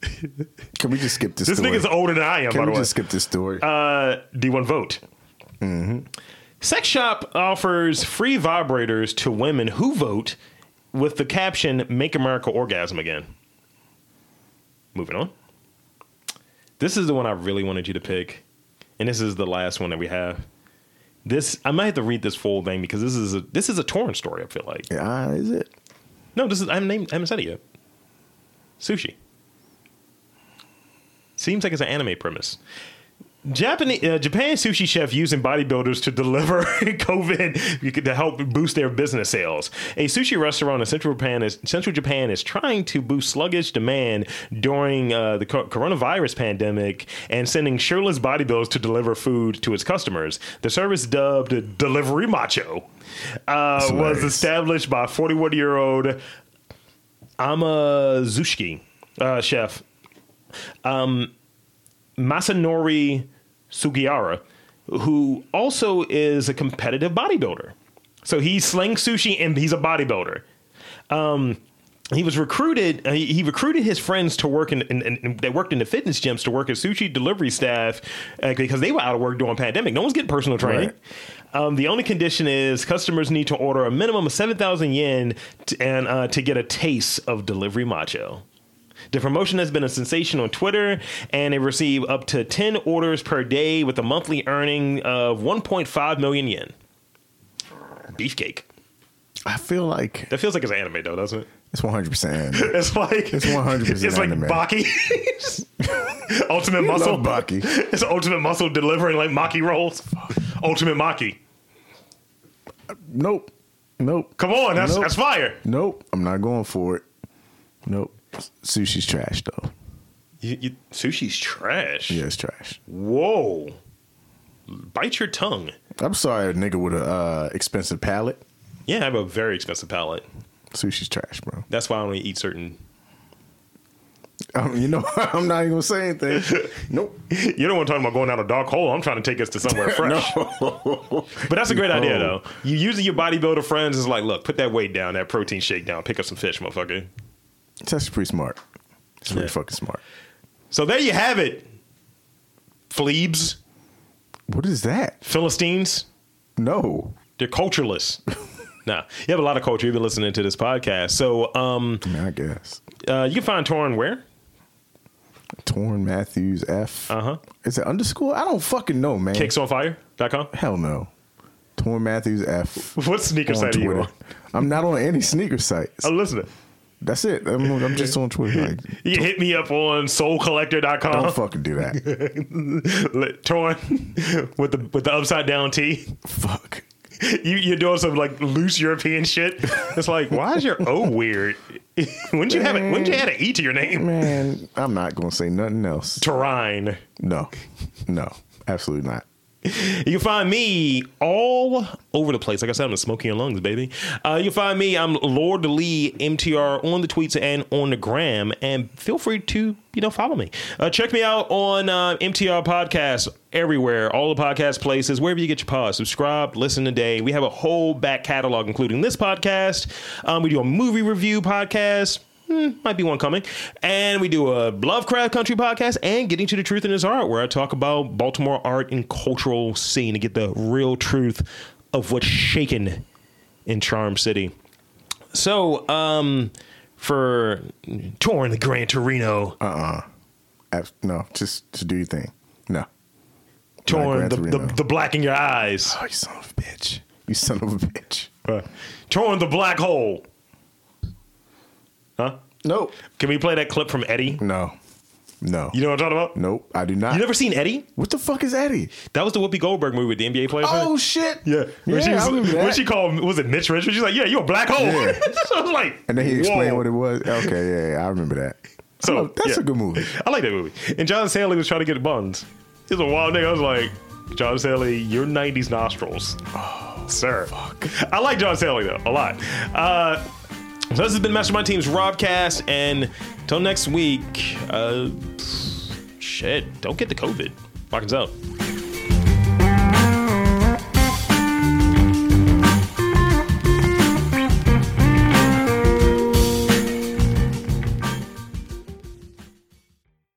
S2: Can we just skip this?
S1: This
S2: story?
S1: nigga's older than I am, by
S2: Can
S1: the
S2: we
S1: way.
S2: just skip this story?
S1: uh, D1 vote.
S2: Mm-hmm.
S1: Sex Shop offers free vibrators to women who vote with the caption, Make America Orgasm Again. Moving on. This is the one I really wanted you to pick. And this is the last one that we have. This I might have to read this full thing because this is a this is a torrent story, I feel like.
S2: ah, is it?
S1: No, this is I haven't named I haven't said it yet. Sushi. Seems like it's an anime premise. Japanese, uh, Japan sushi chef using bodybuilders to deliver COVID you could- to help boost their business sales. A sushi restaurant in central Japan is central Japan is trying to boost sluggish demand during uh, the co- coronavirus pandemic and sending shirtless bodybuilders to deliver food to its customers. The service dubbed Delivery Macho uh, was
S2: Hilarious.
S1: established by 41 year old Ama Zushiki uh, chef Masanori Sugiara, who also is a competitive bodybuilder. So he slings sushi and he's a bodybuilder. Um, he was recruited. uh, He he recruited his friends to work in, in, in. They worked in the fitness gyms to work as sushi delivery staff uh, because they were out of work during pandemic. No one's getting personal training.
S2: Right.
S1: Um, the only condition is customers need to order a minimum of seven thousand yen t- and uh, to get a taste of delivery macho. The promotion has been a sensation on Twitter, and they receive up to 10 orders per day with a monthly earning of 1.5 million yen. Beefcake.
S2: I feel like
S1: That feels like it's anime, though, doesn't it?
S2: it's 100. percent
S1: It's like
S2: It's 100%
S1: It's like
S2: anime.
S1: Baki, Ultimate Muscle
S2: love Baki.
S1: It's Ultimate Muscle delivering like Maki rolls. Ultimate Maki.
S2: Nope. Nope.
S1: Come on, that's
S2: Nope.
S1: that's fire.
S2: Nope. I'm not going for it. Nope. Sushi's trash though.
S1: You, you, sushi's trash.
S2: Yeah, it's trash.
S1: Whoa. Bite your tongue.
S2: I'm sorry, a nigga with a uh, expensive palate.
S1: Yeah, I have a very expensive palate.
S2: Sushi's trash, bro.
S1: That's why I only eat certain
S2: Um, you know, I'm not even gonna say anything. Nope.
S1: You don't want to talk about going down a dark hole. I'm trying to take us to somewhere fresh. But that's a great idea, though.
S2: No.
S1: You using your bodybuilder friends is like, look, put that weight down, that protein shake down, pick up some fish, motherfucker.
S2: It's actually pretty smart. It's pretty
S1: Yeah.
S2: fucking smart.
S1: So there you have it, plebes,
S2: What is that?
S1: Philistines.
S2: No.
S1: They're cultureless. nah, you have a lot of culture. You've been listening to this podcast, so um,
S2: I, mean, I guess.
S1: uh, you can find Torn where?
S2: Torn Matthews F.
S1: Uh huh.
S2: Is it underscore? I don't fucking know, man.
S1: Kicksonfire.com.
S2: Hell no. Torn Matthews F.
S1: What sneaker
S2: on
S1: site are you Uh, Oh.
S2: Twitter.
S1: on?
S2: I'm not on any sneaker sites.
S1: I'm listening.
S2: That's it. I'm, I'm just on Twitter. Like,
S1: You can hit me up on
S2: don't
S1: soulcollector.com.
S2: fucking do that.
S1: Torn with the with the upside down T.
S2: Fuck.
S1: you, you're doing some like loose European shit. It's like, why is your O weird? wouldn't you have it? Wouldn't you add an E to your name?
S2: Man, I'm not gonna say nothing else.
S1: Terine.
S2: No. No. Absolutely not.
S1: You can find me all over the place. Like I said, I'm smoking your lungs, baby. Uh, you can find me. I'm Lord Lee MTR on the tweets and on the gram. And feel free to you know follow me. Uh, check me out on uh, MTR Podcast everywhere, all the podcast places, wherever you get your pod. Subscribe, listen today. We have a whole back catalog, including this podcast. Um, we do a movie review podcast. Hmm, might be one coming. And we do a Lovecraft Country podcast and Getting to the Truth in His Art, where I talk about Baltimore art and cultural scene to get the real truth of what's shaken in Charm City. So, um, for touring the Grand Torino,
S2: Uh, Abs- no, just just do your thing. No.
S1: touring
S2: Grand
S1: the, the,
S2: Torino.
S1: the black in your eyes,
S2: Oh, you son of a bitch. You son of a bitch.
S1: touring the black hole. Huh?
S2: Nope.
S1: Can we play that clip from Eddie?
S2: No. No.
S1: You know what I'm talking about?
S2: nope. I do not.
S1: You never seen Eddie?
S2: what the fuck is Eddie?
S1: That was the Whoopi Goldberg movie with the NBA players. in it.
S2: Oh shit.
S1: Yeah. When
S2: I
S1: she was,
S2: remember
S1: when
S2: that.
S1: she called was it Mitch Richmond? She's like, Yeah, you're a black hole.
S2: Yeah.
S1: so I was like
S2: and then he explained
S1: whoa.
S2: what it was. Okay, yeah, yeah, I remember that.
S1: So,
S2: Oh, that's
S1: yeah.
S2: a good movie.
S1: I like that movie. And John Sally was trying to get buns. He was a wild nigga. I was like, John Sally, your nineties nostrils.
S2: Oh,
S1: Sir. I like John Sally though, a lot. Uh so this has been Mastermind Team's Robcast, and till next week, uh, shit, don't get the COVID. Lock us out.